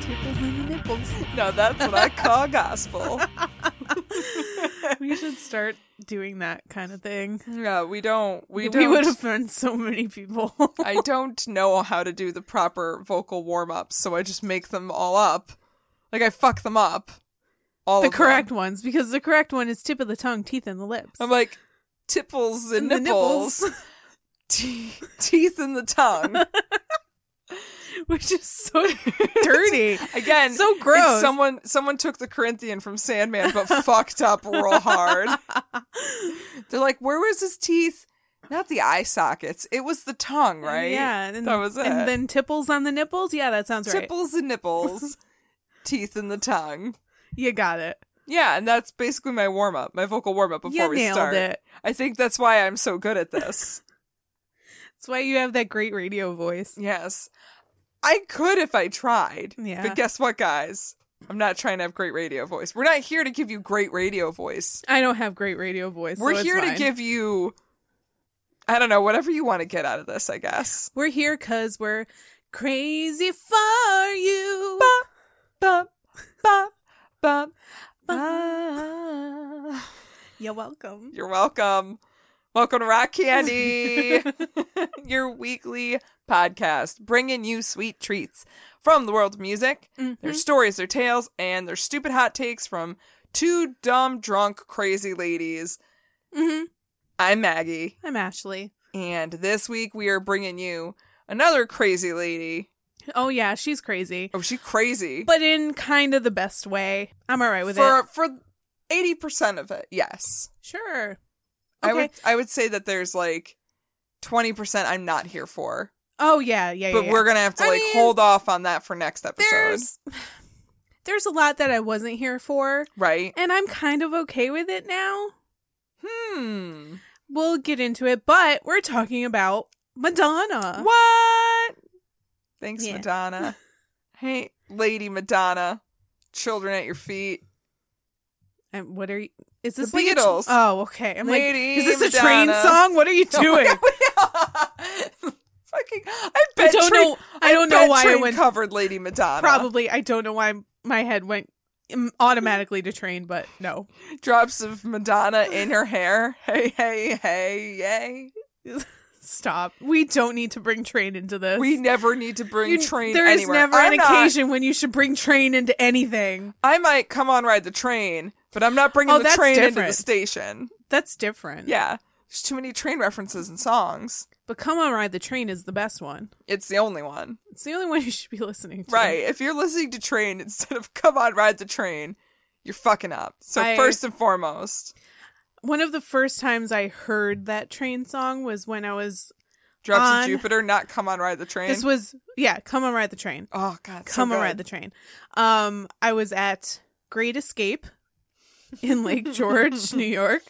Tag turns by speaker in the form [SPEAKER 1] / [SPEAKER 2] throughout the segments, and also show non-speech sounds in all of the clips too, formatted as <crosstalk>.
[SPEAKER 1] Tickles in the nipples.
[SPEAKER 2] No, that's what <laughs> I call gospel.
[SPEAKER 1] We should start doing that kind of thing.
[SPEAKER 2] Yeah, we don't. We,
[SPEAKER 1] We,
[SPEAKER 2] don't. Oh,
[SPEAKER 1] would offend so many people.
[SPEAKER 2] <laughs> I don't know how to do the proper vocal warm ups, so I just make them all up. Like I fuck them up. All
[SPEAKER 1] the
[SPEAKER 2] of them.
[SPEAKER 1] correct ones, because the correct one is tip of the tongue, teeth, and the lips.
[SPEAKER 2] I'm like tipples and,
[SPEAKER 1] And the
[SPEAKER 2] nipples, <laughs> te- teeth and
[SPEAKER 1] <laughs>
[SPEAKER 2] the tongue.
[SPEAKER 1] Which is
[SPEAKER 2] <laughs>
[SPEAKER 1] so <laughs> dirty.
[SPEAKER 2] Again,
[SPEAKER 1] So
[SPEAKER 2] it's
[SPEAKER 1] gross.
[SPEAKER 2] Someone someone took the Corinthian from Sandman, but fucked up
[SPEAKER 1] <laughs>
[SPEAKER 2] real hard. They're like, where was his teeth? Not the eye sockets. It was the tongue, right?
[SPEAKER 1] Yeah, and,
[SPEAKER 2] that was it.
[SPEAKER 1] and then tipples on the nipples. Yeah, that sounds right.
[SPEAKER 2] tipples
[SPEAKER 1] <laughs>
[SPEAKER 2] and nipples, teeth and the tongue.
[SPEAKER 1] You got it.
[SPEAKER 2] Yeah, and that's basically my warm up, my vocal warm up before
[SPEAKER 1] you
[SPEAKER 2] we
[SPEAKER 1] nailed
[SPEAKER 2] start.
[SPEAKER 1] it.
[SPEAKER 2] I think that's why I'm so good
[SPEAKER 1] <laughs>
[SPEAKER 2] at this.
[SPEAKER 1] That's why you have that great radio voice.
[SPEAKER 2] yes. I could if I tried.
[SPEAKER 1] Yeah.
[SPEAKER 2] But guess what, guys? I'm not trying to have great radio voice. We're not here to give you great radio voice.
[SPEAKER 1] I don't have great radio voice. so
[SPEAKER 2] We're
[SPEAKER 1] it's
[SPEAKER 2] here to
[SPEAKER 1] fine.
[SPEAKER 2] give you I don't know, whatever you want to get out of this, I guess.
[SPEAKER 1] We're here because we're crazy for you.
[SPEAKER 2] Bum, bum, bum.
[SPEAKER 1] Ah. You're welcome.
[SPEAKER 2] You're welcome. Welcome to
[SPEAKER 1] <laughs>
[SPEAKER 2] Rock Candy, your weekly podcast, bringing you sweet treats from the world of music,
[SPEAKER 1] Mm-hmm.
[SPEAKER 2] their stories, their tales, and their stupid hot takes from two dumb, drunk, crazy ladies.
[SPEAKER 1] Mhm.
[SPEAKER 2] I'm Maggie,
[SPEAKER 1] I'm Ashley.
[SPEAKER 2] and this week we are bringing you another crazy lady.
[SPEAKER 1] Oh yeah, she's crazy,
[SPEAKER 2] Oh, she crazy
[SPEAKER 1] but in kind of the best way. I'm all right with
[SPEAKER 2] for
[SPEAKER 1] it.
[SPEAKER 2] for eighty percent of it. Yes,
[SPEAKER 1] Sure.
[SPEAKER 2] I
[SPEAKER 1] Okay.
[SPEAKER 2] would. I would say that there's like twenty percent I'm not here for.
[SPEAKER 1] Oh yeah, yeah.
[SPEAKER 2] but
[SPEAKER 1] yeah, yeah.
[SPEAKER 2] we're gonna have to
[SPEAKER 1] I
[SPEAKER 2] like
[SPEAKER 1] mean,
[SPEAKER 2] hold off on that for next episode,
[SPEAKER 1] there's there's a lot that I wasn't here for,
[SPEAKER 2] right?
[SPEAKER 1] and I'm kind of okay with it now.
[SPEAKER 2] Hmm.
[SPEAKER 1] We'll get into it, but we're talking about Madonna.
[SPEAKER 2] What? Thanks,
[SPEAKER 1] Yeah. <laughs>
[SPEAKER 2] Madonna. hey, Lady Madonna. Children at your feet.
[SPEAKER 1] And um, what are you? Is this
[SPEAKER 2] The
[SPEAKER 1] like a tr-
[SPEAKER 2] Beatles.
[SPEAKER 1] oh, okay. I'm
[SPEAKER 2] Lady
[SPEAKER 1] like, is this a
[SPEAKER 2] Madonna.
[SPEAKER 1] train song? What are
[SPEAKER 2] <laughs>
[SPEAKER 1] you doing?
[SPEAKER 2] Fucking, I bet
[SPEAKER 1] don't
[SPEAKER 2] Train-
[SPEAKER 1] know- I don't know
[SPEAKER 2] bet
[SPEAKER 1] why I
[SPEAKER 2] Train
[SPEAKER 1] went-
[SPEAKER 2] covered Lady Madonna.
[SPEAKER 1] Probably. I don't know why my head went mm, automatically to train, but no.
[SPEAKER 2] drops of Madonna in her hair. Hey, hey, hey, yay!
[SPEAKER 1] Stop. We don't need to bring train into this.
[SPEAKER 2] We never need to bring
[SPEAKER 1] You-
[SPEAKER 2] train.
[SPEAKER 1] There is
[SPEAKER 2] anywhere.
[SPEAKER 1] never
[SPEAKER 2] I'm
[SPEAKER 1] an
[SPEAKER 2] not-
[SPEAKER 1] occasion when you should bring train into anything.
[SPEAKER 2] I might come on ride the train, but I'm not bringing
[SPEAKER 1] Oh,
[SPEAKER 2] the
[SPEAKER 1] that's
[SPEAKER 2] train into the
[SPEAKER 1] different.
[SPEAKER 2] station.
[SPEAKER 1] That's different.
[SPEAKER 2] Yeah. There's too many train references and songs.
[SPEAKER 1] But Come On Ride the Train is the best one.
[SPEAKER 2] It's the only one.
[SPEAKER 1] It's the only one you should be <laughs> listening to.
[SPEAKER 2] Right. If you're listening to Train instead of Come On Ride the Train, you're fucking up. So,
[SPEAKER 1] I-
[SPEAKER 2] first and foremost,
[SPEAKER 1] One of the first times I heard that train song was when I was
[SPEAKER 2] Drops
[SPEAKER 1] on-
[SPEAKER 2] to Jupiter, not come on ride the train.
[SPEAKER 1] This was yeah, come on ride the train.
[SPEAKER 2] oh god, so
[SPEAKER 1] come on
[SPEAKER 2] good.
[SPEAKER 1] ride the train. Um, I was at Great Escape in
[SPEAKER 2] <laughs>
[SPEAKER 1] Lake George, New York,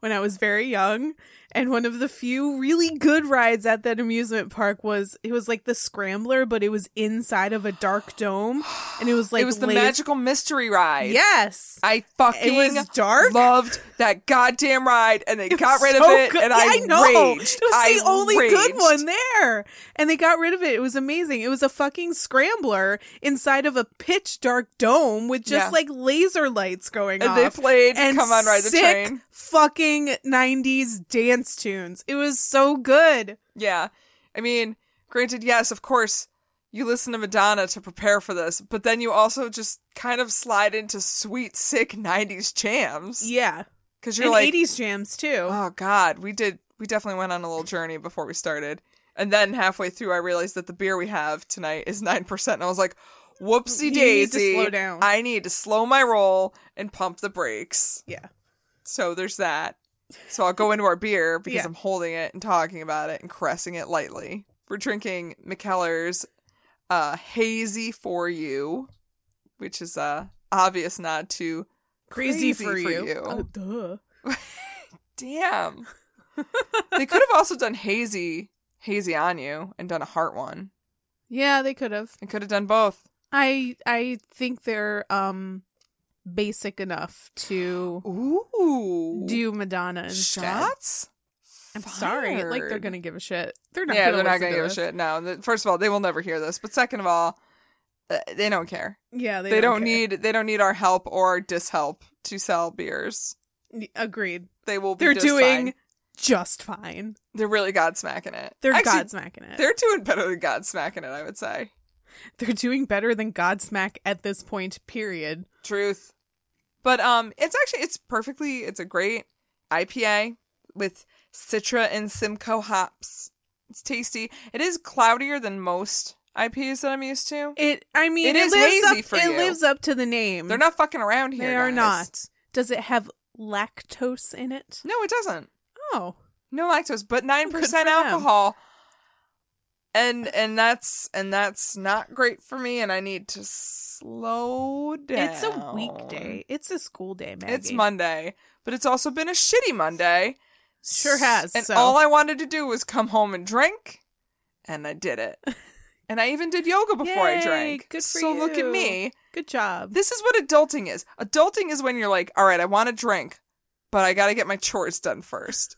[SPEAKER 1] when I was very young, and one of the few really good rides at that amusement park was it was like the Scrambler, but it was inside of a dark dome, and it was like
[SPEAKER 2] it was the
[SPEAKER 1] lasers-
[SPEAKER 2] magical mystery ride.
[SPEAKER 1] Yes,
[SPEAKER 2] I fucking
[SPEAKER 1] It was dark.
[SPEAKER 2] Loved that goddamn ride, and they
[SPEAKER 1] It
[SPEAKER 2] got
[SPEAKER 1] was
[SPEAKER 2] rid
[SPEAKER 1] so
[SPEAKER 2] of it,
[SPEAKER 1] good.
[SPEAKER 2] and
[SPEAKER 1] Yeah,
[SPEAKER 2] I,
[SPEAKER 1] know
[SPEAKER 2] raged.
[SPEAKER 1] it was
[SPEAKER 2] I
[SPEAKER 1] the only good
[SPEAKER 2] raged.
[SPEAKER 1] one there, and they got rid of it. It was amazing. It was a fucking scrambler inside of a pitch dark dome with just
[SPEAKER 2] Yeah.
[SPEAKER 1] like laser lights going
[SPEAKER 2] And
[SPEAKER 1] off.
[SPEAKER 2] they played
[SPEAKER 1] and
[SPEAKER 2] "Come on, Ride the
[SPEAKER 1] sick
[SPEAKER 2] Train."
[SPEAKER 1] Fucking nineties dance tunes. It was so good.
[SPEAKER 2] Yeah, I mean, granted, yes, of course, you listen to Madonna to prepare for this, but then you also just kind of slide into sweet, sick '90s jams
[SPEAKER 1] Yeah,
[SPEAKER 2] because you're
[SPEAKER 1] and
[SPEAKER 2] like,
[SPEAKER 1] eighties jams too.
[SPEAKER 2] oh god, we did, we definitely went on a little journey before we started, and then halfway through, I realized that the beer we have tonight is <laughs> nine percent, and I was like. Whoopsie
[SPEAKER 1] You need to
[SPEAKER 2] daisy.
[SPEAKER 1] slow down.
[SPEAKER 2] I need to slow my roll and pump the brakes.
[SPEAKER 1] yeah,
[SPEAKER 2] So there's that. So I'll go into our beer
[SPEAKER 1] <laughs>
[SPEAKER 2] because
[SPEAKER 1] Yeah.
[SPEAKER 2] I'm holding it and talking about it and caressing it lightly. We're drinking McKellar's uh, Hazy for You, which is a obvious nod to
[SPEAKER 1] crazy,
[SPEAKER 2] Crazy
[SPEAKER 1] for,
[SPEAKER 2] for
[SPEAKER 1] you.
[SPEAKER 2] you.
[SPEAKER 1] Oh, duh. <laughs>
[SPEAKER 2] damn. they could have also done Hazy, Hazy on You, and done a heart one.
[SPEAKER 1] Yeah, they could have.
[SPEAKER 2] And could have done both.
[SPEAKER 1] I I think they're um basic enough to
[SPEAKER 2] Ooh,
[SPEAKER 1] do Madonna instead.
[SPEAKER 2] shots.
[SPEAKER 1] I'm sorry. Like they're
[SPEAKER 2] Fired.
[SPEAKER 1] gonna give a shit. They're not.
[SPEAKER 2] yeah,
[SPEAKER 1] gonna
[SPEAKER 2] they're not
[SPEAKER 1] listen
[SPEAKER 2] gonna
[SPEAKER 1] to
[SPEAKER 2] give
[SPEAKER 1] this.
[SPEAKER 2] a shit. No, Th- first of all, they will never hear this. But second of all, uh, they don't care.
[SPEAKER 1] Yeah, they,
[SPEAKER 2] They, don't,
[SPEAKER 1] care.
[SPEAKER 2] need they don't need our help or our dishelp to sell beers.
[SPEAKER 1] Y- Agreed.
[SPEAKER 2] They will. Be
[SPEAKER 1] They're
[SPEAKER 2] just
[SPEAKER 1] doing
[SPEAKER 2] fine.
[SPEAKER 1] just fine.
[SPEAKER 2] They're really godsmacking it.
[SPEAKER 1] They're
[SPEAKER 2] Actually,
[SPEAKER 1] Godsmacking it. They're,
[SPEAKER 2] They're doing better than godsmacking it. I would say.
[SPEAKER 1] doing better than Godsmack at this point. Period.
[SPEAKER 2] Truth. But um, it's actually it's perfectly it's a great IPA with Citra and Simcoe hops. It's tasty. It is cloudier than most IPAs that I'm used to.
[SPEAKER 1] It. I mean,
[SPEAKER 2] It
[SPEAKER 1] it,
[SPEAKER 2] is
[SPEAKER 1] lives
[SPEAKER 2] hazy
[SPEAKER 1] up.
[SPEAKER 2] for
[SPEAKER 1] it
[SPEAKER 2] you.
[SPEAKER 1] lives up to the name.
[SPEAKER 2] They're not fucking around here.
[SPEAKER 1] Um, They are
[SPEAKER 2] guys.
[SPEAKER 1] not. Does it have lactose in it?
[SPEAKER 2] No, it doesn't.
[SPEAKER 1] Oh,
[SPEAKER 2] No lactose, but nine
[SPEAKER 1] Good for
[SPEAKER 2] percent
[SPEAKER 1] them.
[SPEAKER 2] alcohol. And and that's and that's not great for me, and I need to slow down.
[SPEAKER 1] it's a weekday. It's a school day, Maggie.
[SPEAKER 2] It's Monday, but it's also been a shitty Monday.
[SPEAKER 1] Sure has.
[SPEAKER 2] And
[SPEAKER 1] so.
[SPEAKER 2] all I wanted to do was come home and drink, and I did it.
[SPEAKER 1] <laughs>
[SPEAKER 2] and I even did yoga before I
[SPEAKER 1] Yay,
[SPEAKER 2] drank.
[SPEAKER 1] Good for
[SPEAKER 2] so
[SPEAKER 1] you.
[SPEAKER 2] look at me.
[SPEAKER 1] Good job.
[SPEAKER 2] This is what adulting is. Adulting is when you're like, all right, I want to drink, but I got to get my chores done first.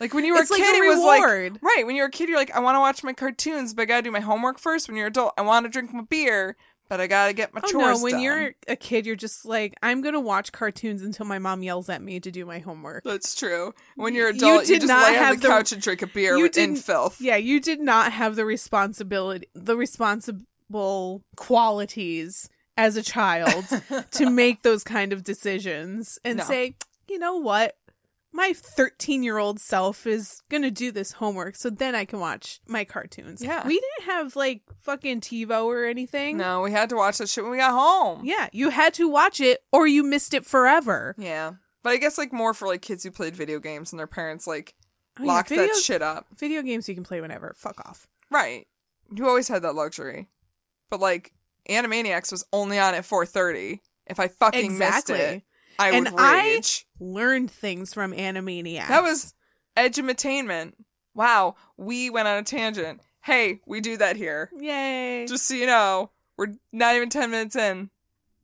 [SPEAKER 2] Like when you were
[SPEAKER 1] It's
[SPEAKER 2] a
[SPEAKER 1] like
[SPEAKER 2] kid,
[SPEAKER 1] a
[SPEAKER 2] it was like
[SPEAKER 1] reward.
[SPEAKER 2] right. When you're a kid, you're like, I want to watch my cartoons, but I gotta do my homework first. When you're adult, I want to drink my beer, but I gotta get my
[SPEAKER 1] Oh
[SPEAKER 2] chores
[SPEAKER 1] no! When
[SPEAKER 2] done.
[SPEAKER 1] you're a kid, you're just like, I'm gonna watch cartoons until my mom yells at me to do my homework.
[SPEAKER 2] that's true. When you're
[SPEAKER 1] You
[SPEAKER 2] adult, you,
[SPEAKER 1] did
[SPEAKER 2] just
[SPEAKER 1] not
[SPEAKER 2] lay on
[SPEAKER 1] have the-
[SPEAKER 2] the, couch and drink a beer
[SPEAKER 1] you
[SPEAKER 2] with- in
[SPEAKER 1] didn't-
[SPEAKER 2] filth.
[SPEAKER 1] Yeah, you did not have the responsibility, the responsible qualities as a
[SPEAKER 2] <laughs>
[SPEAKER 1] child to make those kind of decisions and
[SPEAKER 2] No.
[SPEAKER 1] say, you know what? My 13 year old self is going to do this homework so then I can watch my cartoons.
[SPEAKER 2] Yeah.
[SPEAKER 1] We didn't have like fucking TiVo or anything.
[SPEAKER 2] No, we had to watch that shit when we got home.
[SPEAKER 1] Yeah, you had to watch it or you missed it forever.
[SPEAKER 2] Yeah. But I guess like more for like kids who played video games and their parents like
[SPEAKER 1] I mean,
[SPEAKER 2] locked that
[SPEAKER 1] Oh, video-
[SPEAKER 2] shit up.
[SPEAKER 1] Video games you can play whenever. Fuck off.
[SPEAKER 2] Right. You always had that luxury. But like Animaniacs was only on at 4:30. If I fucking missed
[SPEAKER 1] Exactly.
[SPEAKER 2] it, I
[SPEAKER 1] And
[SPEAKER 2] would
[SPEAKER 1] I-
[SPEAKER 2] rage.
[SPEAKER 1] Learned things from Animaniacs.
[SPEAKER 2] That was edge of attainment. Wow, we went on a tangent. Hey, we do that here.
[SPEAKER 1] Yay.
[SPEAKER 2] Just so you know, we're not even 10 minutes in.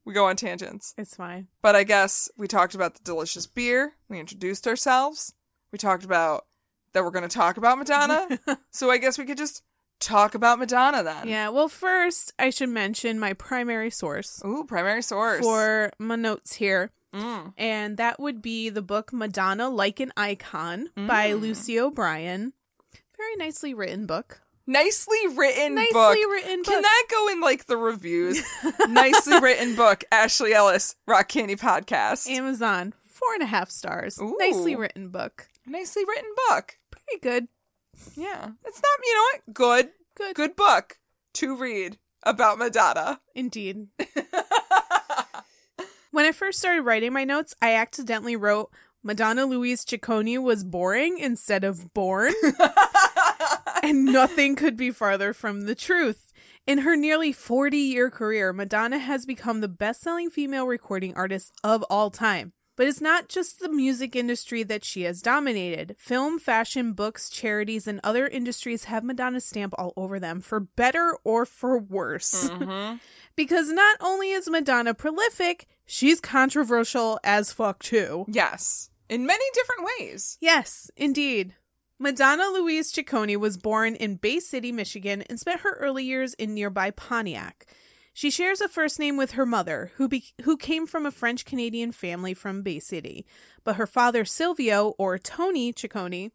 [SPEAKER 2] We go on tangents.
[SPEAKER 1] it's fine.
[SPEAKER 2] But I guess we talked about the delicious beer. We introduced ourselves. We talked about that we're going to talk
[SPEAKER 1] <laughs>
[SPEAKER 2] about Madonna. so I guess we could just talk about Madonna then.
[SPEAKER 1] Yeah. Well, first, I should mention my primary source
[SPEAKER 2] Ooh, primary source.
[SPEAKER 1] for my notes here,
[SPEAKER 2] Mm.
[SPEAKER 1] and that would be the book Madonna Like an Icon by
[SPEAKER 2] Mm.
[SPEAKER 1] Lucy O'Brien. Very nicely written book.
[SPEAKER 2] Nicely written
[SPEAKER 1] Nicely
[SPEAKER 2] book.
[SPEAKER 1] written book.
[SPEAKER 2] Can that go in like
[SPEAKER 1] <laughs>
[SPEAKER 2] the reviews? Nicely written book. Ashley Ellis, Rock Candy Podcast.
[SPEAKER 1] Amazon, four and a half stars.
[SPEAKER 2] Ooh.
[SPEAKER 1] Nicely written book.
[SPEAKER 2] Nicely written book.
[SPEAKER 1] Pretty good.
[SPEAKER 2] Yeah. It's not, you know what? Good,
[SPEAKER 1] Good.
[SPEAKER 2] good book to read about Madonna.
[SPEAKER 1] Indeed. when I first started writing my notes, I accidentally wrote Madonna Louise Ciccone was boring instead of born. and nothing could be farther from the truth. In her nearly 40 year career, Madonna has become the best selling female recording artist of all time. But it's not just the music industry that she has dominated. Film, fashion, books, charities, and other industries have Madonna's stamp all over them, for better or for worse. <laughs> because not only is Madonna prolific, she's controversial as fuck, too.
[SPEAKER 2] <laughs> Yes. In many different ways.
[SPEAKER 1] Yes, indeed. Madonna Louise Ciccone was born in Bay City, Michigan, and spent her early years in nearby Pontiac. She shares a first name with her mother, who be- who came from a French Canadian family from Bay City, but her father Silvio or Tony Ciccone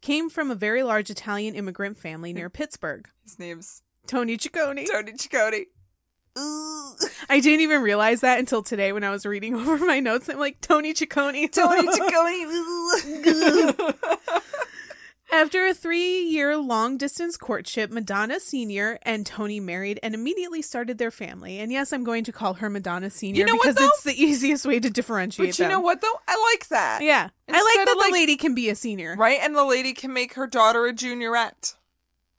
[SPEAKER 1] came from a very large Italian immigrant family near Pittsburgh.
[SPEAKER 2] His name's
[SPEAKER 1] Tony Ciccone.
[SPEAKER 2] Tony Chicoti.
[SPEAKER 1] I didn't even realize that until today when I was reading <laughs> over my notes. I'm like Tony Ciccone.
[SPEAKER 2] Tony
[SPEAKER 1] <laughs>
[SPEAKER 2] Chicoti.
[SPEAKER 1] After a three year long distance courtship, Madonna Sr. and Tony married and immediately started their family. And yes, I'm going to call her Madonna Sr.
[SPEAKER 2] You know what,
[SPEAKER 1] because
[SPEAKER 2] though?
[SPEAKER 1] it's the easiest way to differentiate
[SPEAKER 2] but you know
[SPEAKER 1] them.
[SPEAKER 2] what, though? I like that.
[SPEAKER 1] Yeah. I
[SPEAKER 2] Instead
[SPEAKER 1] like that
[SPEAKER 2] of,
[SPEAKER 1] the
[SPEAKER 2] like-
[SPEAKER 1] lady can be a senior.
[SPEAKER 2] Right? And the lady can make her daughter a juniorette.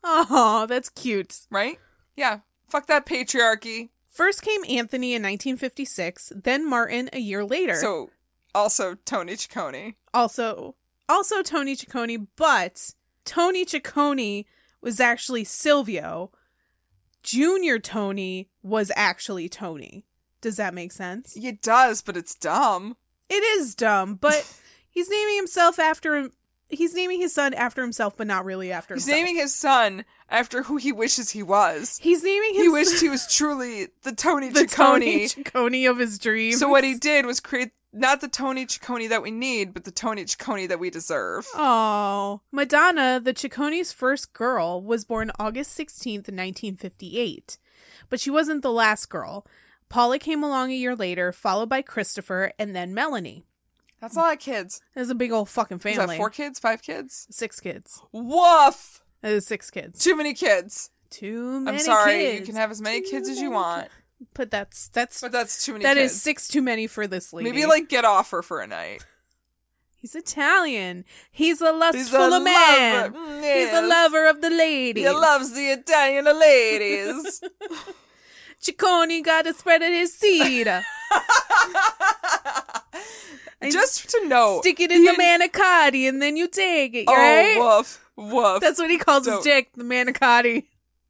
[SPEAKER 1] Oh, that's cute.
[SPEAKER 2] Right? Yeah. Fuck that patriarchy.
[SPEAKER 1] First came Anthony in 1956, then Martin a year later.
[SPEAKER 2] So, also Tony Chicone.
[SPEAKER 1] also also Tony Ciccone, but Tony Ciccone was actually Silvio. Junior Tony was actually Tony. Does that make sense?
[SPEAKER 2] It does, but it's dumb.
[SPEAKER 1] It is dumb, but
[SPEAKER 2] <laughs>
[SPEAKER 1] he's naming himself after him. He's naming his son after himself, but not really after
[SPEAKER 2] He's
[SPEAKER 1] himself.
[SPEAKER 2] naming his son after who he wishes he was.
[SPEAKER 1] He's naming his
[SPEAKER 2] He wished he was truly the
[SPEAKER 1] <laughs>
[SPEAKER 2] Tony
[SPEAKER 1] the Tony
[SPEAKER 2] Chicone.
[SPEAKER 1] Ciccone of his dreams.
[SPEAKER 2] So what he did was create not the Tony Chicone that we need, but the Tony Chicone that we deserve.
[SPEAKER 1] Oh, Madonna, the Ciccone's first girl, was born August 16th, 1958. But she wasn't the last girl. Paula came along a year later, followed by Christopher and then Melanie.
[SPEAKER 2] That's a lot of kids.
[SPEAKER 1] There's a big old fucking
[SPEAKER 2] Is
[SPEAKER 1] family.
[SPEAKER 2] that four kids? Five kids?
[SPEAKER 1] Six kids.
[SPEAKER 2] Woof!
[SPEAKER 1] That is six kids.
[SPEAKER 2] Too many kids.
[SPEAKER 1] Too many
[SPEAKER 2] I'm sorry. You
[SPEAKER 1] kids.
[SPEAKER 2] can have as many kids as you want,
[SPEAKER 1] But that's that's
[SPEAKER 2] but that's too many.
[SPEAKER 1] That
[SPEAKER 2] kids.
[SPEAKER 1] is six too many for this lady.
[SPEAKER 2] Maybe like get off her for a night.
[SPEAKER 1] he's Italian. He's a lustful
[SPEAKER 2] He's a
[SPEAKER 1] man.
[SPEAKER 2] lover. Mm,
[SPEAKER 1] He's a
[SPEAKER 2] yes.
[SPEAKER 1] lover of the lady.
[SPEAKER 2] He loves the Italian
[SPEAKER 1] <laughs>
[SPEAKER 2] ladies.
[SPEAKER 1] Ciccone got to spread of his seed.
[SPEAKER 2] <laughs>
[SPEAKER 1] And
[SPEAKER 2] Just to know,
[SPEAKER 1] stick it in
[SPEAKER 2] <laughs>
[SPEAKER 1] the
[SPEAKER 2] in-
[SPEAKER 1] manicotti and then you take it,
[SPEAKER 2] oh
[SPEAKER 1] right?
[SPEAKER 2] woof woof.
[SPEAKER 1] That's what he calls
[SPEAKER 2] Don't-
[SPEAKER 1] his dick, the manicotti.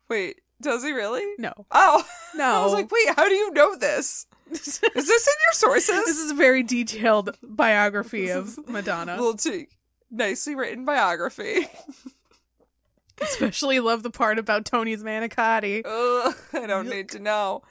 [SPEAKER 2] Wait, does he really?
[SPEAKER 1] No.
[SPEAKER 2] Oh <laughs> I
[SPEAKER 1] No.
[SPEAKER 2] was like, wait, how do you know
[SPEAKER 1] <laughs>
[SPEAKER 2] this? Is this in your sources?
[SPEAKER 1] This is a very detailed biography of
[SPEAKER 2] <laughs>
[SPEAKER 1] Madonna.
[SPEAKER 2] Little cheek. Nicely written biography.
[SPEAKER 1] <laughs> Especially love the part about Tony's manicotti.
[SPEAKER 2] Ugh, I don't need to know.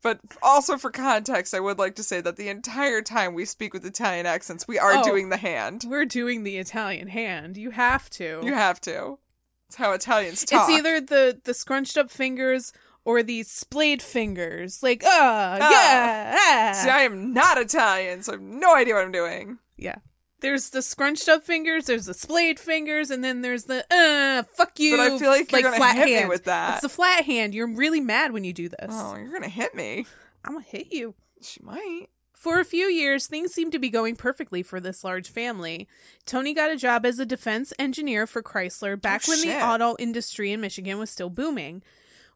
[SPEAKER 2] But also for context, I would like to say that the entire time we speak with Italian accents, we are
[SPEAKER 1] Oh.
[SPEAKER 2] doing the hand.
[SPEAKER 1] We're doing the Italian hand. You have to.
[SPEAKER 2] You have to. It's how Italians talk.
[SPEAKER 1] It's either the the scrunched up fingers or the splayed fingers. Like, ah,
[SPEAKER 2] Ah.
[SPEAKER 1] yeah, ah.
[SPEAKER 2] See, I am not Italian, so I have no idea what I'm doing.
[SPEAKER 1] yeah. There's the scrunched up fingers. There's the splayed fingers, and then there's the uh, fuck you.
[SPEAKER 2] But I feel like you're gonna
[SPEAKER 1] flat
[SPEAKER 2] hit me
[SPEAKER 1] hand.
[SPEAKER 2] with that.
[SPEAKER 1] It's the flat hand. You're really mad when you do this.
[SPEAKER 2] Oh, you're gonna hit me.
[SPEAKER 1] I'm gonna hit you.
[SPEAKER 2] She might.
[SPEAKER 1] For a few years, things seemed to be going perfectly for this large family. Tony got a job as a defense engineer for Chrysler back
[SPEAKER 2] Oh,
[SPEAKER 1] when
[SPEAKER 2] shit.
[SPEAKER 1] the auto industry in Michigan was still booming.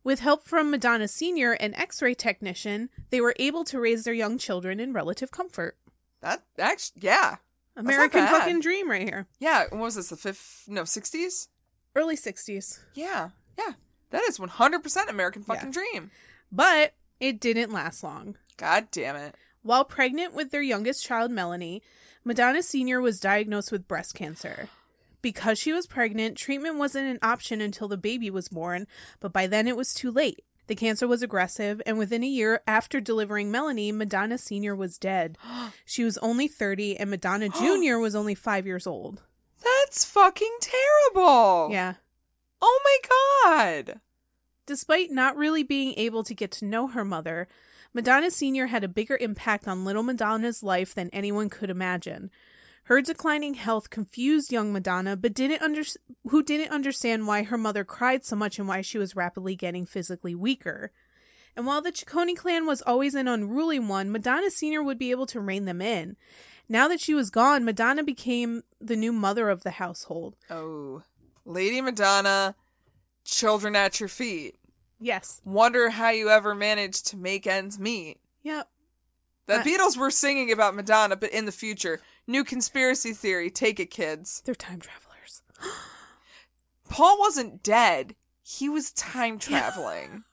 [SPEAKER 1] With help from Madonna Sr., an x ray technician, they were able to raise their young children in relative comfort.
[SPEAKER 2] That actually, yeah, not
[SPEAKER 1] American
[SPEAKER 2] bad.
[SPEAKER 1] fucking dream right here.
[SPEAKER 2] yeah. What was this? The fifth? No, sixties.
[SPEAKER 1] Early 60s.
[SPEAKER 2] Yeah, yeah. That is one hundred percent American fucking dream.
[SPEAKER 1] But it didn't last long.
[SPEAKER 2] God damn it.
[SPEAKER 1] While pregnant with their youngest child, Melanie, Madonna Sr. was diagnosed with breast cancer. Because she was pregnant, treatment wasn't an option until the baby was born, but by then it was too late. The cancer was aggressive, and within a year after delivering Melanie, Madonna Sr. was dead. She was only 30, and Madonna Jr. was only five years old.
[SPEAKER 2] That's fucking terrible.
[SPEAKER 1] Yeah.
[SPEAKER 2] Oh my god.
[SPEAKER 1] Despite not really being able to get to know her mother, Madonna Sr. had a bigger impact on little Madonna's life than anyone could imagine. Her declining health confused young Madonna, but didn't under- who didn't understand why her mother cried so much and why she was rapidly getting physically weaker. And while the Ciccone clan was always an unruly one, Madonna Sr. would be able to rein them in. Now that she was gone, Madonna became the new mother of the household.
[SPEAKER 2] Oh, Lady Madonna children at your feet.
[SPEAKER 1] Yes.
[SPEAKER 2] Wonder how you ever managed to make ends meet.
[SPEAKER 1] Yep.
[SPEAKER 2] The
[SPEAKER 1] I-
[SPEAKER 2] Beatles were singing about Madonna, but in the future. New conspiracy theory. Take it, kids.
[SPEAKER 1] They're time travelers.
[SPEAKER 2] Paul wasn't dead. He was time <laughs> traveling.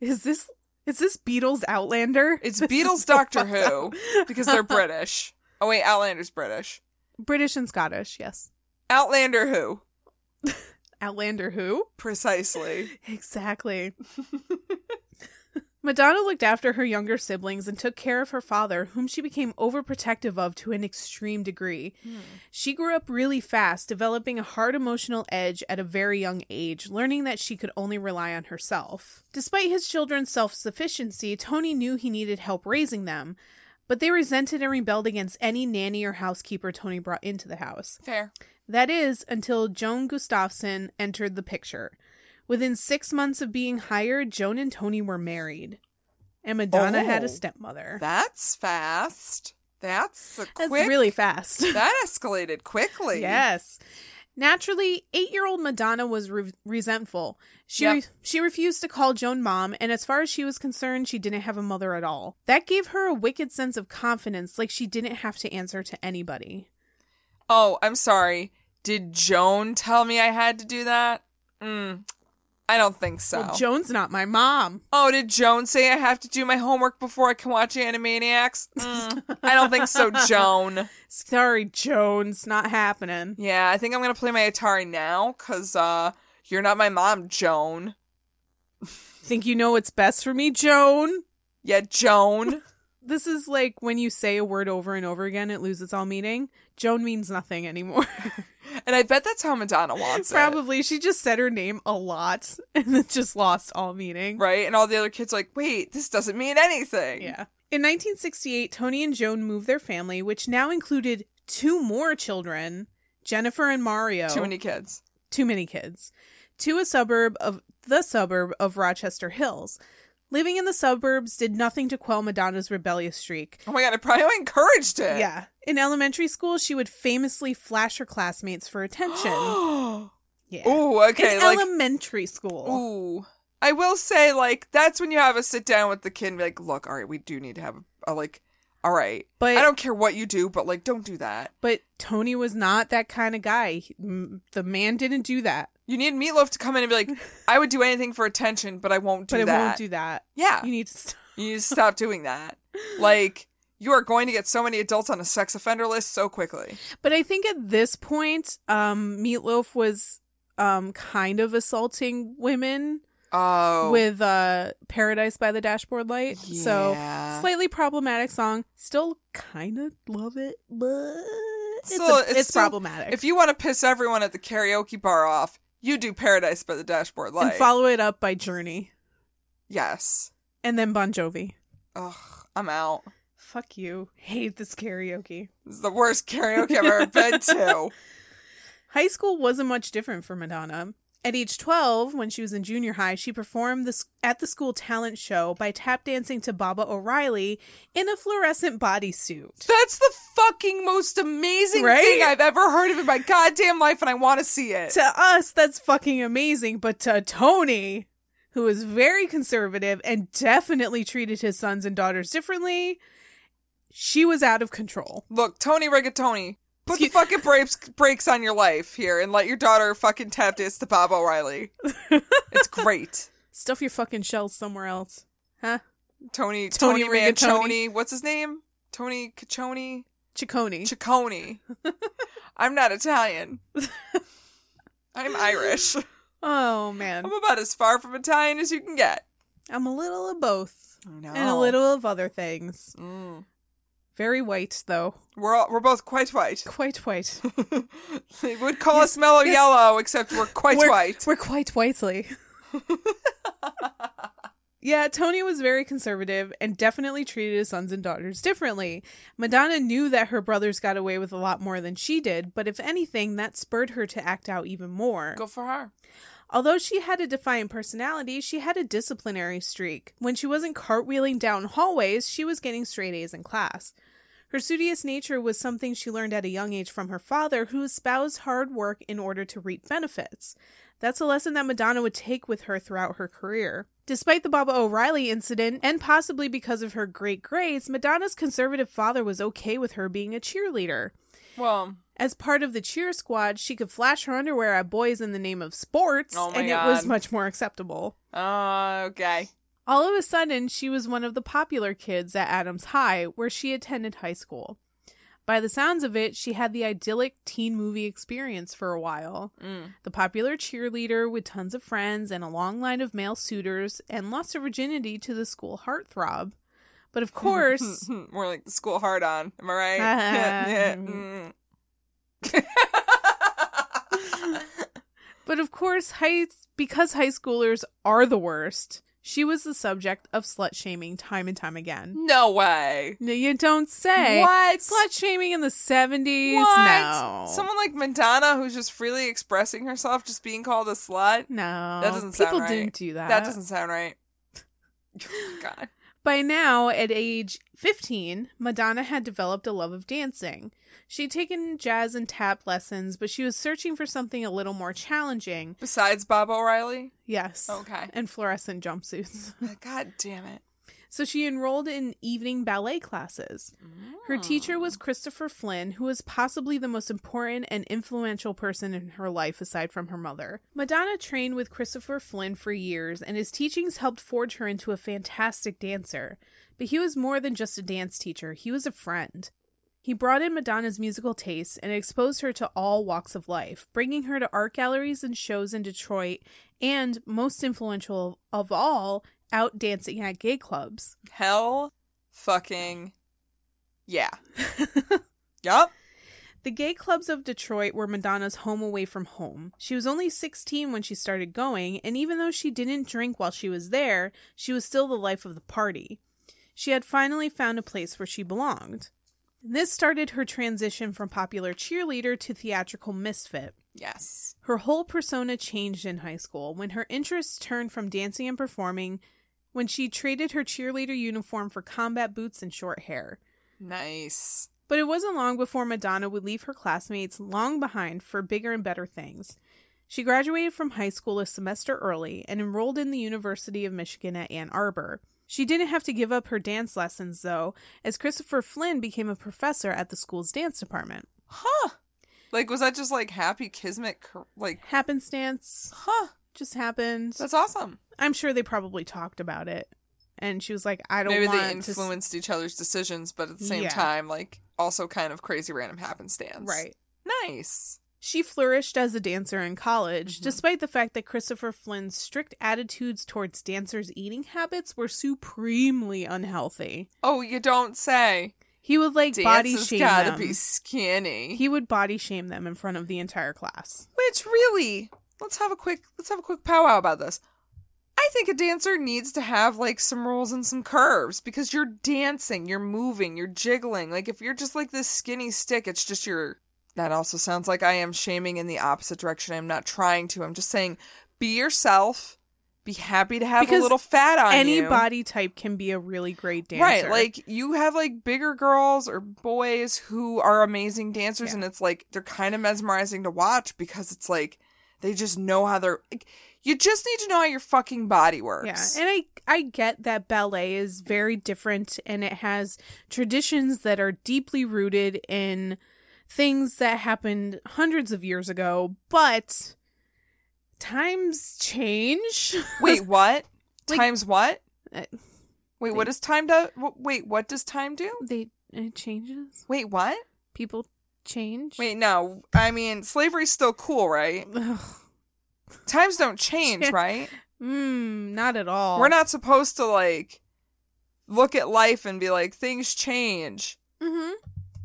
[SPEAKER 1] Is this is this Beatles Outlander?
[SPEAKER 2] It's
[SPEAKER 1] This is
[SPEAKER 2] Beatles
[SPEAKER 1] so
[SPEAKER 2] Doctor
[SPEAKER 1] fucked
[SPEAKER 2] Who
[SPEAKER 1] up.
[SPEAKER 2] because they're British. Oh wait, Outlander's British.
[SPEAKER 1] British and Scottish, yes.
[SPEAKER 2] Outlander Who.
[SPEAKER 1] Outlander Who?
[SPEAKER 2] Precisely.
[SPEAKER 1] <laughs> Exactly. Madonna looked after her younger siblings and took care of her father, whom she became overprotective of to an extreme degree. She grew up really fast, developing a hard emotional edge at a very young age, learning that she could only rely on herself. Despite his children's self sufficiency, Tony knew he needed help raising them, but they resented and rebelled against any nanny or housekeeper Tony brought into the house.
[SPEAKER 2] Fair.
[SPEAKER 1] That is until Joan Gustafson entered the picture. Within six months of being hired, Joan and Tony were married. And Madonna had
[SPEAKER 2] Oh.
[SPEAKER 1] a stepmother.
[SPEAKER 2] That's fast. That's a
[SPEAKER 1] That's
[SPEAKER 2] quick.
[SPEAKER 1] really fast. <laughs>
[SPEAKER 2] that escalated quickly.
[SPEAKER 1] yes. Naturally, eight year old Madonna was re- resentful. She,
[SPEAKER 2] Yep.
[SPEAKER 1] re- she refused to call Joan mom, and as far as she was concerned, she didn't have a mother at all. That gave her a wicked sense of confidence, like she didn't have to answer to anybody.
[SPEAKER 2] Oh, I'm sorry. Did Joan tell me I had to do that? Mm, I don't think so.
[SPEAKER 1] Well, Joan's not my mom.
[SPEAKER 2] oh, did Joan say I have to do my homework before I can watch Animaniacs? Mm, I don't think
[SPEAKER 1] <laughs>
[SPEAKER 2] so, Joan.
[SPEAKER 1] Sorry, Joan's not happening.
[SPEAKER 2] Yeah, I think I'm gonna play my Atari now, cause uh, you're not my mom, Joan.
[SPEAKER 1] Think you know what's best for me, Joan?
[SPEAKER 2] Yeah,
[SPEAKER 1] <laughs>
[SPEAKER 2] Joan.
[SPEAKER 1] This is like when you say a word over and over again, it loses all meaning. Joan means nothing anymore. <laughs>
[SPEAKER 2] and I bet that's how Madonna wants it,
[SPEAKER 1] Probably. She just said her name a lot <laughs> and then just lost all meaning.
[SPEAKER 2] right? And all the other kids are like, wait, this doesn't mean anything.
[SPEAKER 1] Yeah. In 1968, Tony and Joan moved their family, which now included two more children Jennifer and Mario.
[SPEAKER 2] Too many kids.
[SPEAKER 1] too many kids to a suburb of the suburb of Rochester Hills. Living in the suburbs did nothing to quell Madonna's rebellious streak.
[SPEAKER 2] Oh my god, I probably <laughs> encouraged it. <gasps>
[SPEAKER 1] Yeah. In elementary school, she would famously flash her classmates for
[SPEAKER 2] <gasps>
[SPEAKER 1] attention. <gasps> yeah.
[SPEAKER 2] Ooh, okay.
[SPEAKER 1] In
[SPEAKER 2] like,
[SPEAKER 1] elementary school.
[SPEAKER 2] Ooh. I will say, like, that's when you have a sit down with the kid and be like, look, all right, we do need to have a, like, all right.
[SPEAKER 1] But-
[SPEAKER 2] I don't care what you do, but, like, don't do that.
[SPEAKER 1] But Tony was not that kind of guy. He- m- The man didn't do that.
[SPEAKER 2] You need Meatloaf to come in and be
[SPEAKER 1] <laughs>
[SPEAKER 2] like, I would do anything for attention, but I won't do
[SPEAKER 1] But
[SPEAKER 2] that. Uh,
[SPEAKER 1] I won't do that.
[SPEAKER 2] Yeah.
[SPEAKER 1] You need to stop.
[SPEAKER 2] You need to stop
[SPEAKER 1] <laughs>
[SPEAKER 2] doing that. Like, you are going to get so many adults on a sex offender list so quickly.
[SPEAKER 1] But I think at this point, um, Meatloaf was um, kind of assaulting women
[SPEAKER 2] Oh.
[SPEAKER 1] with uh, Paradise by the Dashboard Light.
[SPEAKER 2] Yeah.
[SPEAKER 1] So slightly problematic song. Still kind of love it, but it's,
[SPEAKER 2] Still,
[SPEAKER 1] a-
[SPEAKER 2] it's
[SPEAKER 1] it's,
[SPEAKER 2] still-
[SPEAKER 1] problematic.
[SPEAKER 2] if you want to piss everyone at the karaoke bar off, you do Paradise by the Dashboard Light.
[SPEAKER 1] and follow it up by Journey
[SPEAKER 2] yes.
[SPEAKER 1] and then Bon Jovi.
[SPEAKER 2] Ugh, I'm out.
[SPEAKER 1] Fuck you. Hate this karaoke.
[SPEAKER 2] This is the worst karaoke I've ever been to.
[SPEAKER 1] High school wasn't much different for Madonna. At age 12, when she was in junior high, she performed this at the school talent show by tap dancing to Baba O'Reilly in a fluorescent bodysuit.
[SPEAKER 2] <laughs> That's the fucking most amazing
[SPEAKER 1] Right?
[SPEAKER 2] thing I've ever heard of in my goddamn life, and I want to see it.
[SPEAKER 1] To us, that's fucking amazing, but to Tony, who was very conservative and definitely treated his sons and daughters differently, she was out of control.
[SPEAKER 2] Look, Tony Rigatoni, put the
[SPEAKER 1] Excuse-
[SPEAKER 2] fucking brakes brakes on your life here, and let your daughter fucking tap dance to Bob <laughs> O'Reilly. it's great.
[SPEAKER 1] Stuff your fucking shells somewhere else. Huh?
[SPEAKER 2] Tony Tony,
[SPEAKER 1] Tony
[SPEAKER 2] Mancini. What's his name? Tony Caccioni?
[SPEAKER 1] Ciccone.
[SPEAKER 2] Ciccone. I'm not Italian. I'm Irish.
[SPEAKER 1] oh, man.
[SPEAKER 2] I'm about as far from Italian as you can get.
[SPEAKER 1] I'm a little of both.
[SPEAKER 2] I know.
[SPEAKER 1] and a little of other things.
[SPEAKER 2] Mm.
[SPEAKER 1] Very white, though.
[SPEAKER 2] We're all, we're both quite white.
[SPEAKER 1] Quite
[SPEAKER 2] <laughs>
[SPEAKER 1] white.
[SPEAKER 2] They would call us mellow yellow, except we're quite
[SPEAKER 1] we're,
[SPEAKER 2] white.
[SPEAKER 1] We're quite
[SPEAKER 2] <laughs>
[SPEAKER 1] whitely. yeah, Tony was very conservative and definitely treated his sons and daughters differently. Madonna knew that her brothers got away with a lot more than she did, but if anything, that spurred her to act out even more.
[SPEAKER 2] Go for her.
[SPEAKER 1] Although she had a defiant personality, she had a disciplinary streak. When she wasn't cartwheeling down hallways, she was getting straight A's in class. Her studious nature was something she learned at a young age from her father, who espoused hard work in order to reap benefits. That's a lesson that Madonna would take with her throughout her career. Despite the Baba O'Reilly incident, and possibly because of her great grades, Madonna's conservative father was okay with her being a cheerleader.
[SPEAKER 2] Well,
[SPEAKER 1] As part of the cheer squad, she could flash her underwear at boys in the name of sports,
[SPEAKER 2] Oh my
[SPEAKER 1] and it was
[SPEAKER 2] God.
[SPEAKER 1] much more acceptable.
[SPEAKER 2] uh, okay.
[SPEAKER 1] All of a sudden, she was one of the popular kids at Adams High, where she attended high school. By the sounds of it, she had the idyllic teen movie experience for a while.
[SPEAKER 2] Mm.
[SPEAKER 1] The popular cheerleader with tons of friends and a long line of male suitors, and lost her virginity to the school heartthrob. But
[SPEAKER 2] <laughs>
[SPEAKER 1] of course,
[SPEAKER 2] More like the school hard on. Am
[SPEAKER 1] <laughs>
[SPEAKER 2] I right? Yeah, yeah, mm. Mm.
[SPEAKER 1] <laughs> but of course, high, because high schoolers are the worst, she was the subject of slut shaming time and time again.
[SPEAKER 2] <laughs> no way.
[SPEAKER 1] No, you don't say.
[SPEAKER 2] What?
[SPEAKER 1] Slut shaming in the 70s?
[SPEAKER 2] What?
[SPEAKER 1] No.
[SPEAKER 2] Someone like Madonna who's just freely expressing herself, just being called a slut.
[SPEAKER 1] No.
[SPEAKER 2] That doesn't sound
[SPEAKER 1] People
[SPEAKER 2] right.
[SPEAKER 1] didn't do that.
[SPEAKER 2] That doesn't sound right. <laughs> God.
[SPEAKER 1] By now, at age 15, Madonna had developed a love of dancing. She'd taken jazz and tap lessons, but she was searching for something a little more challenging.
[SPEAKER 2] Besides Bob O'Reilly?
[SPEAKER 1] Yes.
[SPEAKER 2] Okay.
[SPEAKER 1] And fluorescent jumpsuits. <laughs>
[SPEAKER 2] God damn it.
[SPEAKER 1] So she enrolled in evening ballet classes. Her teacher was Christopher Flynn, who was possibly the most important and influential person in her life aside from her mother. Madonna trained with Christopher Flynn for years, and his teachings helped forge her into a fantastic dancer. But he was more than just a dance teacher, he was a friend. He brought in Madonna's musical tastes and exposed her to all walks of life, bringing her to art galleries and shows in Detroit, and, most influential of all, out dancing at gay clubs.
[SPEAKER 2] Hell fucking
[SPEAKER 1] <laughs>
[SPEAKER 2] yeah. yup.
[SPEAKER 1] The gay clubs of Detroit were Madonna's home away from home. She was only 16 when she started going, and even though she didn't drink while she was there, she was still the life of the party. She had finally found a place where she belonged. This started her transition from popular cheerleader to theatrical misfit.
[SPEAKER 2] Yes.
[SPEAKER 1] Her whole persona changed in high school when her interests turned from dancing and performing, when she traded her cheerleader uniform for combat boots and short hair.
[SPEAKER 2] Nice.
[SPEAKER 1] But it wasn't long before Madonna would leave her classmates long behind for bigger and better things. She graduated from high school a semester early and enrolled in the University of Michigan at Ann Arbor. She didn't have to give up her dance lessons, though, as Christopher Flynn became a professor at the school's dance department.
[SPEAKER 2] Huh. Like, was that just like happy kismet? cor- Like,
[SPEAKER 1] Happenstance
[SPEAKER 2] huh.
[SPEAKER 1] just happened.
[SPEAKER 2] That's awesome.
[SPEAKER 1] I'm sure they probably talked about it. And she was like, I don't
[SPEAKER 2] Maybe
[SPEAKER 1] want
[SPEAKER 2] they
[SPEAKER 1] to s-
[SPEAKER 2] influenced each other's decisions, but at the same
[SPEAKER 1] Yeah.
[SPEAKER 2] time, like, also kind of crazy random happenstance.
[SPEAKER 1] Right.
[SPEAKER 2] Nice.
[SPEAKER 1] She flourished as a dancer in college,
[SPEAKER 2] Mm-hmm.
[SPEAKER 1] despite the fact that Christopher Flynn's strict attitudes towards dancers' eating habits were supremely unhealthy.
[SPEAKER 2] Oh, you don't say.
[SPEAKER 1] He would like
[SPEAKER 2] Dance
[SPEAKER 1] body
[SPEAKER 2] has
[SPEAKER 1] shame
[SPEAKER 2] gotta
[SPEAKER 1] them.
[SPEAKER 2] be skinny.
[SPEAKER 1] He would body shame them in front of the entire class.
[SPEAKER 2] Which really, let's have a quick let's have a quick powwow about this. I think a dancer needs to have like some rules and some curves because you're dancing, you're moving, you're jiggling. Like if you're just like this skinny stick, it's just your that also sounds like I am shaming in the opposite direction. I'm not trying to. I'm just saying be yourself. Be happy to have
[SPEAKER 1] Because
[SPEAKER 2] a little fat on
[SPEAKER 1] Any
[SPEAKER 2] you.
[SPEAKER 1] body type can be a really great dancer.
[SPEAKER 2] Right, like you have like bigger girls or boys who are amazing dancers, and it's like they're kind of mesmerizing to watch because it's like they just know how they're. Like, you just need to know how your fucking body
[SPEAKER 1] Yeah,
[SPEAKER 2] works.
[SPEAKER 1] and I I get that ballet is very different and it has traditions that are deeply rooted in things that happened hundreds of years ago, but times change. <laughs>
[SPEAKER 2] wait, what?
[SPEAKER 1] Like-
[SPEAKER 2] Times what?
[SPEAKER 1] Uh,
[SPEAKER 2] Wait, what does time do? wh- Wait, what does time do?
[SPEAKER 1] they it changes.
[SPEAKER 2] Wait, what?
[SPEAKER 1] People change.
[SPEAKER 2] Wait, no. I mean, slavery's still cool, right?
[SPEAKER 1] Ugh.
[SPEAKER 2] Times
[SPEAKER 1] <laughs>
[SPEAKER 2] don't change, right?
[SPEAKER 1] Mm, not at all.
[SPEAKER 2] We're not supposed to like look at life and be like things change.
[SPEAKER 1] Mhm.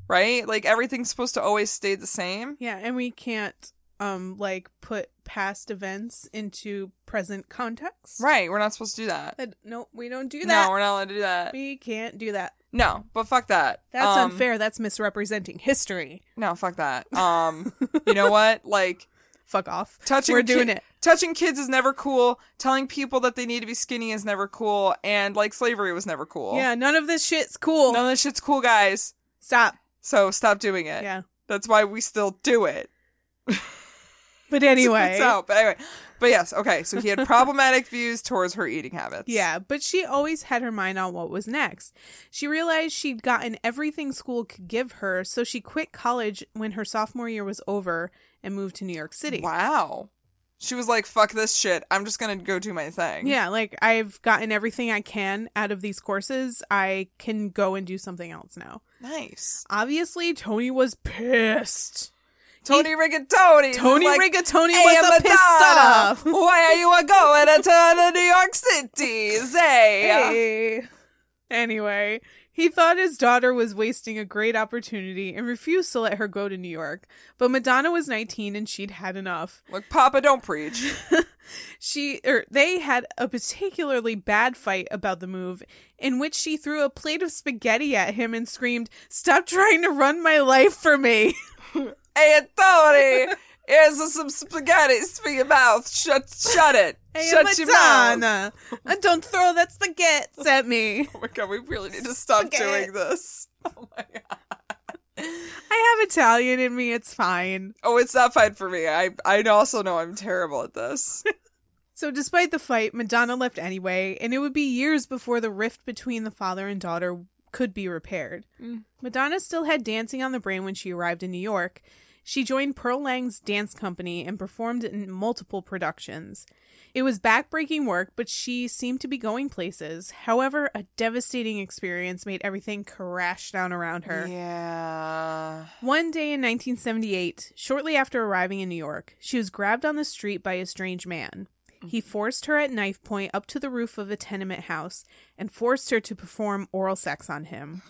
[SPEAKER 2] right? Like everything's supposed to always stay the same.
[SPEAKER 1] Yeah, and we can't um like put past events into present context.
[SPEAKER 2] Right. We're not supposed to do that.
[SPEAKER 1] That- No, we don't do that.
[SPEAKER 2] No, we're not allowed to do that.
[SPEAKER 1] we can't do that.
[SPEAKER 2] No, but fuck that.
[SPEAKER 1] That's
[SPEAKER 2] Um,
[SPEAKER 1] unfair. That's misrepresenting history.
[SPEAKER 2] No,
[SPEAKER 1] <laughs>
[SPEAKER 2] fuck that. Um, you know what? Like
[SPEAKER 1] Fuck off.
[SPEAKER 2] touching
[SPEAKER 1] We're doing
[SPEAKER 2] ki-
[SPEAKER 1] it.
[SPEAKER 2] Touching kids is never cool. Telling people that they need to be skinny is never cool. And like slavery was never cool.
[SPEAKER 1] Yeah, none of this shit's cool.
[SPEAKER 2] None of this shit's cool, guys.
[SPEAKER 1] Stop.
[SPEAKER 2] So stop doing it.
[SPEAKER 1] Yeah.
[SPEAKER 2] <laughs> That's why we still do it.
[SPEAKER 1] But anyway.
[SPEAKER 2] It's out. But anyway. But yes, okay. So he had problematic views towards her eating habits.
[SPEAKER 1] Yeah, but she always had her mind on what was next. She realized she'd gotten everything school could give her, so she quit college when her sophomore year was over and moved to New York City.
[SPEAKER 2] Wow. She was like, fuck this shit. I'm just going to go do my thing.
[SPEAKER 1] Yeah, like I've gotten everything I can out of these courses. I can go and do something else now.
[SPEAKER 2] Nice.
[SPEAKER 1] Obviously, Tony was pissed.
[SPEAKER 2] Tony Rigatoni.
[SPEAKER 1] Tony
[SPEAKER 2] like,
[SPEAKER 1] Rigatoni
[SPEAKER 2] "Hey,
[SPEAKER 1] was a
[SPEAKER 2] Madonna,
[SPEAKER 1] pissed off.
[SPEAKER 2] <laughs> Why are you a going to New York City? Say.
[SPEAKER 1] Hey. Anyway, he thought his daughter was wasting a great opportunity and refused to let her go to New York. But Madonna was 19 and she'd had enough.
[SPEAKER 2] Look, Papa, don't preach.
[SPEAKER 1] She or they had a particularly bad fight about the move in which she threw a plate of spaghetti at him and screamed, "Stop trying to run my life for me."
[SPEAKER 2] Hey, Tony, here's some spaghetti for your mouth. Shut, shut it.
[SPEAKER 1] <laughs> Hey,
[SPEAKER 2] shut your mouth.
[SPEAKER 1] Madonna, and don't throw that spaghetti at <laughs> me.
[SPEAKER 2] Oh my god, we really need to stop
[SPEAKER 1] Spaghetti.
[SPEAKER 2] doing this. Oh my god.
[SPEAKER 1] I have Italian in me, it's fine.
[SPEAKER 2] Oh, it's not fine for me. I I also know I'm terrible
[SPEAKER 1] <laughs>
[SPEAKER 2] at this.
[SPEAKER 1] So, despite the fight, Madonna left anyway, and it would be years before the rift between the father and daughter could be repaired. Madonna still had dancing on the brain when she arrived in New York. She joined Pearl Lang's dance company and performed in multiple productions. It was backbreaking work, but she seemed to be going places. However, a devastating experience made everything crash down around her.
[SPEAKER 2] Yeah.
[SPEAKER 1] One day in 1978, shortly after arriving in New York, she was grabbed on the street by a strange man.
[SPEAKER 2] Mm-hmm.
[SPEAKER 1] He forced her at knife point up to the roof of a tenement house and forced her to perform oral sex on him.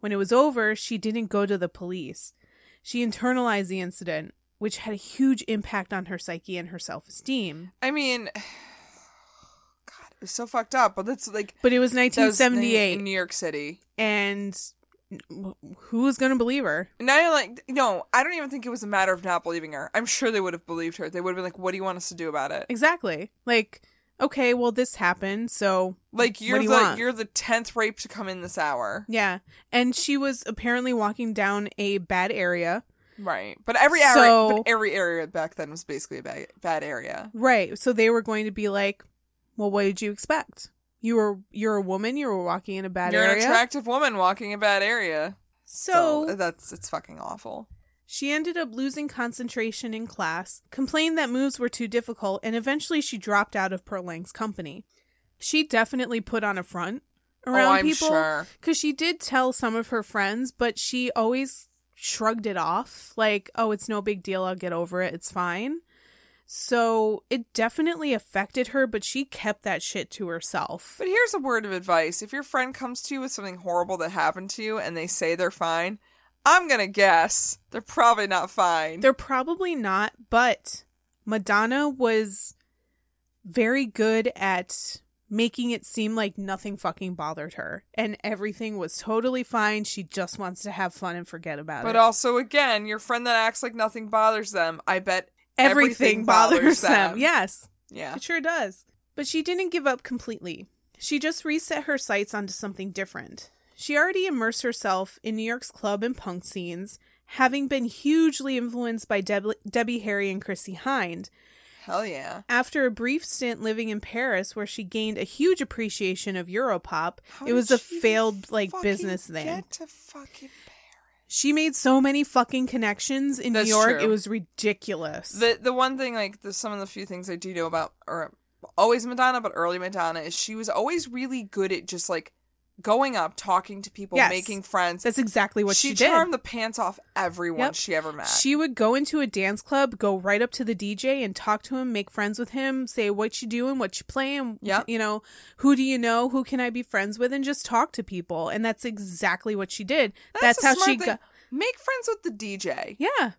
[SPEAKER 1] When it was over, she didn't go to the police. She internalized the incident, which had a huge impact on her psyche and her self esteem.
[SPEAKER 2] I mean <sighs> God, it was so fucked up, but that's like
[SPEAKER 1] But it was
[SPEAKER 2] that was in-
[SPEAKER 1] 1978,
[SPEAKER 2] in New York City.
[SPEAKER 1] and who was going to believe her?
[SPEAKER 2] And I like no, I don't even think it was a matter of not believing her. I'm sure they would have believed her. They would have been like, What do you want us to do about it?
[SPEAKER 1] Exactly. Like, okay, well, this happened, so
[SPEAKER 2] Like you're
[SPEAKER 1] do you
[SPEAKER 2] the
[SPEAKER 1] want?
[SPEAKER 2] you're the tenth rape to come in this hour.
[SPEAKER 1] Yeah. And she was apparently walking down a bad area.
[SPEAKER 2] Right. But every area
[SPEAKER 1] So-
[SPEAKER 2] but every area back then was basically a bad, bad area.
[SPEAKER 1] Right. So they were going to be like, Well, what did you expect? You were you're a woman, you were walking in a bad
[SPEAKER 2] You're
[SPEAKER 1] area.
[SPEAKER 2] an attractive woman walking a bad area.
[SPEAKER 1] so
[SPEAKER 2] that's it's fucking awful.
[SPEAKER 1] she ended up losing concentration in class, complained that moves were too difficult, and eventually she dropped out of Pearl Lang's company. She definitely put on a front around
[SPEAKER 2] oh, I'm
[SPEAKER 1] people.
[SPEAKER 2] sure.
[SPEAKER 1] Because she did tell some of her friends, but she always shrugged it off like, oh, it's no big deal. I'll get over it. It's fine. So it definitely affected her, but she kept that shit to herself.
[SPEAKER 2] But here's a word of advice: if your friend comes to you with something horrible that happened to you and they say they're fine, I'm gonna guess they're probably not fine.
[SPEAKER 1] They're probably not, but Madonna was very good at making it seem like nothing fucking bothered her and everything was totally fine. She just wants to have fun and forget about
[SPEAKER 2] but
[SPEAKER 1] it.
[SPEAKER 2] also, again, your friend that acts like nothing bothers them, I bet
[SPEAKER 1] everything, bothers, them. Yes.
[SPEAKER 2] Yeah.
[SPEAKER 1] It sure does. But she didn't give up completely. She just reset her sights onto something different. She already immersed herself in New York's club and punk scenes, having been hugely influenced by Deb- Debbie Harry and Chrissy Hind.
[SPEAKER 2] Hell yeah.
[SPEAKER 1] After a brief stint living in Paris, where she gained a huge appreciation of Europop,
[SPEAKER 2] How
[SPEAKER 1] it was
[SPEAKER 2] did
[SPEAKER 1] a
[SPEAKER 2] she
[SPEAKER 1] failed like
[SPEAKER 2] fucking
[SPEAKER 1] business thing.
[SPEAKER 2] Get to fucking Paris.
[SPEAKER 1] She made so many fucking connections in
[SPEAKER 2] That's
[SPEAKER 1] New York;
[SPEAKER 2] true.
[SPEAKER 1] it was ridiculous.
[SPEAKER 2] The the one thing like the some of the few things I do know about or always Madonna but early Madonna is she was always really good at just like going up, talking to people,
[SPEAKER 1] Yes.
[SPEAKER 2] making friends.
[SPEAKER 1] That's exactly what she,
[SPEAKER 2] she,
[SPEAKER 1] did.
[SPEAKER 2] charmed the pants off everyone
[SPEAKER 1] Yep.
[SPEAKER 2] she ever met.
[SPEAKER 1] She would go into a dance club, go right up to the DJ and talk to him, make friends with him, say what you doing, what you playing,
[SPEAKER 2] Yep.
[SPEAKER 1] you know, who do you know, who can I be friends with, and just talk to people. And that's exactly what she did. That's,
[SPEAKER 2] a
[SPEAKER 1] how
[SPEAKER 2] smart
[SPEAKER 1] she
[SPEAKER 2] thing.
[SPEAKER 1] got.
[SPEAKER 2] make friends with the DJ.
[SPEAKER 1] Yeah.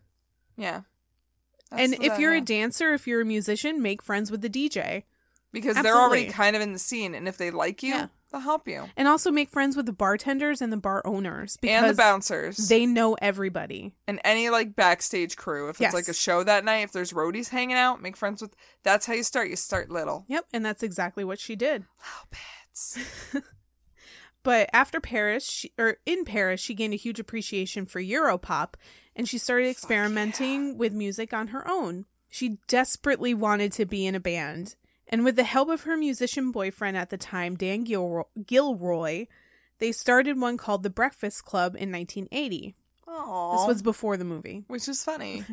[SPEAKER 2] Yeah. That's
[SPEAKER 1] and
[SPEAKER 2] the-
[SPEAKER 1] if you're
[SPEAKER 2] yeah.
[SPEAKER 1] a dancer, if you're a musician, make friends with the DJ.
[SPEAKER 2] because they're already
[SPEAKER 1] Absolutely.
[SPEAKER 2] kind of in the scene, and if they like you,
[SPEAKER 1] Yeah.
[SPEAKER 2] they'll help you
[SPEAKER 1] And also make friends with the bartenders and the bar owners because
[SPEAKER 2] and the bouncers
[SPEAKER 1] they know everybody.
[SPEAKER 2] and any like backstage crew. If
[SPEAKER 1] Yes.
[SPEAKER 2] it's like a show that night, if there's roadies hanging out, make friends with. That's how you start. You start little.
[SPEAKER 1] Yep. And that's exactly what she did.
[SPEAKER 2] Little
[SPEAKER 1] <laughs>
[SPEAKER 2] bits.
[SPEAKER 1] But after Paris, she, or in Paris, she gained a huge appreciation for Europop and she started experimenting with music on her own. She desperately wanted to be in a band, and with the help of her musician boyfriend at the time, Dan Gilroy, Gilroy they started one called The Breakfast Club in 1980.
[SPEAKER 2] Aww.
[SPEAKER 1] This was before the movie.
[SPEAKER 2] which
[SPEAKER 1] <laughs>
[SPEAKER 2] is funny.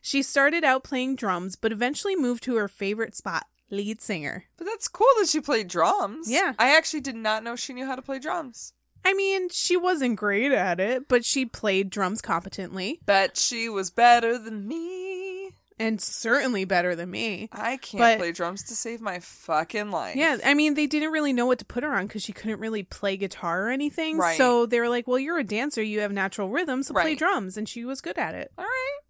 [SPEAKER 1] She started out playing drums, but eventually moved to her favorite spot, lead singer.
[SPEAKER 2] But that's cool that she played drums.
[SPEAKER 1] Yeah.
[SPEAKER 2] I actually did not know she knew how to play drums.
[SPEAKER 1] I mean, she wasn't great at it, but she played drums competently
[SPEAKER 2] Bet she was better than me.
[SPEAKER 1] and certainly better than me.
[SPEAKER 2] I can't
[SPEAKER 1] But-
[SPEAKER 2] play drums to save my fucking life.
[SPEAKER 1] Yeah, I mean, they didn't really know what to put her on because she couldn't really play guitar or anything.
[SPEAKER 2] Right.
[SPEAKER 1] So they were like, well, you're a dancer, you have natural rhythm, so play
[SPEAKER 2] Right.
[SPEAKER 1] drums. And she was good at it.
[SPEAKER 2] All right.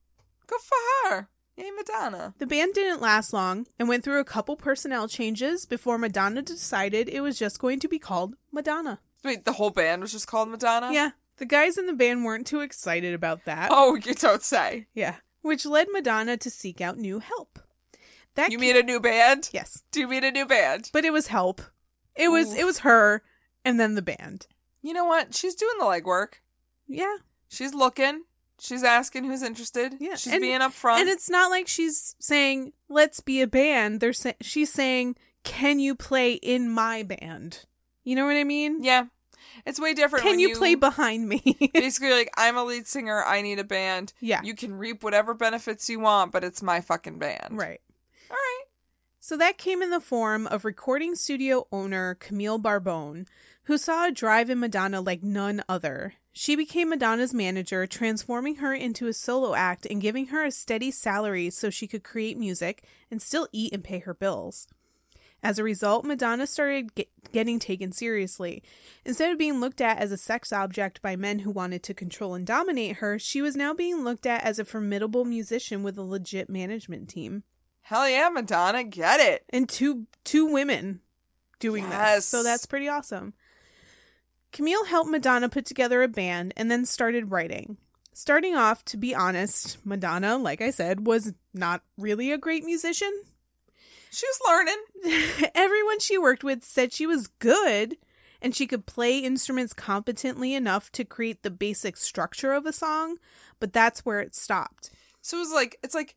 [SPEAKER 2] Good for her. Yay, Madonna.
[SPEAKER 1] The band didn't last long and went through a couple personnel changes before Madonna decided it was just going to be called Madonna.
[SPEAKER 2] Wait, the whole band was just called Madonna?
[SPEAKER 1] Yeah, the guys in the band weren't too excited about that.
[SPEAKER 2] Oh, you don't say.
[SPEAKER 1] Yeah. Which led Madonna to seek out new help. That
[SPEAKER 2] You
[SPEAKER 1] ca-
[SPEAKER 2] mean a new band?
[SPEAKER 1] Yes.
[SPEAKER 2] Do you mean a new band?
[SPEAKER 1] But it was help. It was it was her and then the band.
[SPEAKER 2] You know what? She's doing the legwork.
[SPEAKER 1] Yeah.
[SPEAKER 2] She's looking. She's asking who's interested.
[SPEAKER 1] Yeah.
[SPEAKER 2] She's
[SPEAKER 1] And-
[SPEAKER 2] being upfront.
[SPEAKER 1] And it's not like she's saying, "Let's be a band." They're sa- she's saying, "Can you play in my band?" You know what I mean?
[SPEAKER 2] yeah. It's way different.
[SPEAKER 1] Can
[SPEAKER 2] when
[SPEAKER 1] you, play <laughs> behind me?
[SPEAKER 2] basically like I'm a lead singer, I need a band.
[SPEAKER 1] Yeah.
[SPEAKER 2] You can reap whatever benefits you want, but it's my fucking band.
[SPEAKER 1] right.
[SPEAKER 2] All right.
[SPEAKER 1] So that came in the form of recording studio owner Camille Barbone, who saw a drive in Madonna like none other. She became Madonna's manager, transforming her into a solo act and giving her a steady salary so she could create music and still eat and pay her bills. As a result, Madonna started ge- getting taken seriously. Instead of being looked at as a sex object by men who wanted to control and dominate her, she was now being looked at as a formidable musician with a legit management team
[SPEAKER 2] Hell yeah, Madonna, get it.
[SPEAKER 1] and two two women doing
[SPEAKER 2] Yes.
[SPEAKER 1] this. So that's pretty awesome. Camille helped Madonna put together a band and then started writing. Starting off, to be honest, Madonna, like I said, was not really a great musician. <laughs>
[SPEAKER 2] She was learning.
[SPEAKER 1] Everyone she worked with said she was good and she could play instruments competently enough to create the basic structure of a song, but that's where it stopped.
[SPEAKER 2] So it was like it's like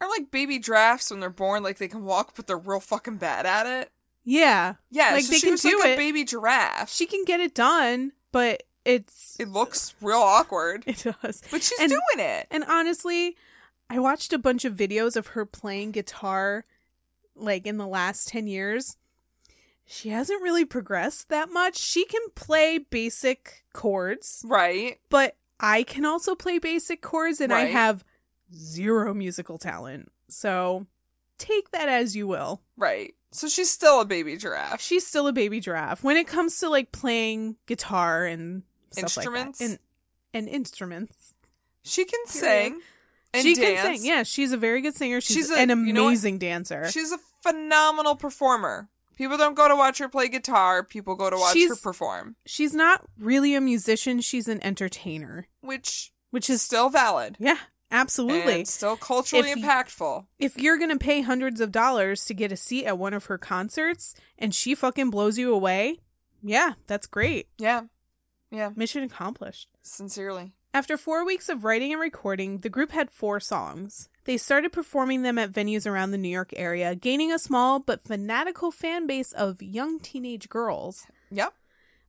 [SPEAKER 2] are like baby drafts when they're born, like they can walk, but they're real fucking bad at it.
[SPEAKER 1] Yeah.
[SPEAKER 2] Yeah,
[SPEAKER 1] Like
[SPEAKER 2] so
[SPEAKER 1] they
[SPEAKER 2] she
[SPEAKER 1] can
[SPEAKER 2] was
[SPEAKER 1] do
[SPEAKER 2] like
[SPEAKER 1] it.
[SPEAKER 2] a baby giraffe.
[SPEAKER 1] She can get it done, but it's
[SPEAKER 2] it looks real awkward,
[SPEAKER 1] <laughs> it does.
[SPEAKER 2] but she's
[SPEAKER 1] And-
[SPEAKER 2] doing it.
[SPEAKER 1] And honestly, I watched a bunch of videos of her playing guitar like in the last 10 years. She hasn't really progressed that much. She can play basic chords,
[SPEAKER 2] Right.
[SPEAKER 1] but I can also play basic chords and I
[SPEAKER 2] Right.
[SPEAKER 1] have zero musical talent. So take that as you will.
[SPEAKER 2] Right. So she's still a baby giraffe.
[SPEAKER 1] She's still a baby giraffe when it comes to like playing guitar and stuff
[SPEAKER 2] Instruments?
[SPEAKER 1] like that. And, and instruments.
[SPEAKER 2] She can
[SPEAKER 1] Period.
[SPEAKER 2] sing and
[SPEAKER 1] she
[SPEAKER 2] dance.
[SPEAKER 1] can sing. Yeah, she's a very good singer. She's,
[SPEAKER 2] She's a-
[SPEAKER 1] an
[SPEAKER 2] you know what?
[SPEAKER 1] amazing dancer.
[SPEAKER 2] She's a phenomenal performer. People don't go to watch her play guitar. People go to watch her
[SPEAKER 1] She's-
[SPEAKER 2] perform,
[SPEAKER 1] she's not really a musician. She's an entertainer,
[SPEAKER 2] which
[SPEAKER 1] which
[SPEAKER 2] is
[SPEAKER 1] is
[SPEAKER 2] still valid.
[SPEAKER 1] yeah, absolutely.
[SPEAKER 2] And still culturally
[SPEAKER 1] If you-
[SPEAKER 2] impactful.
[SPEAKER 1] if you're gonna pay hundreds of dollars to get a seat at one of her concerts and she fucking blows you away, yeah, that's great.
[SPEAKER 2] Yeah. Yeah.
[SPEAKER 1] Mission accomplished.
[SPEAKER 2] Sincerely.
[SPEAKER 1] After four weeks of writing and recording, the group had four songs. They started performing them at venues around the New York area, gaining a small but fanatical fan base of young teenage girls.
[SPEAKER 2] Yep.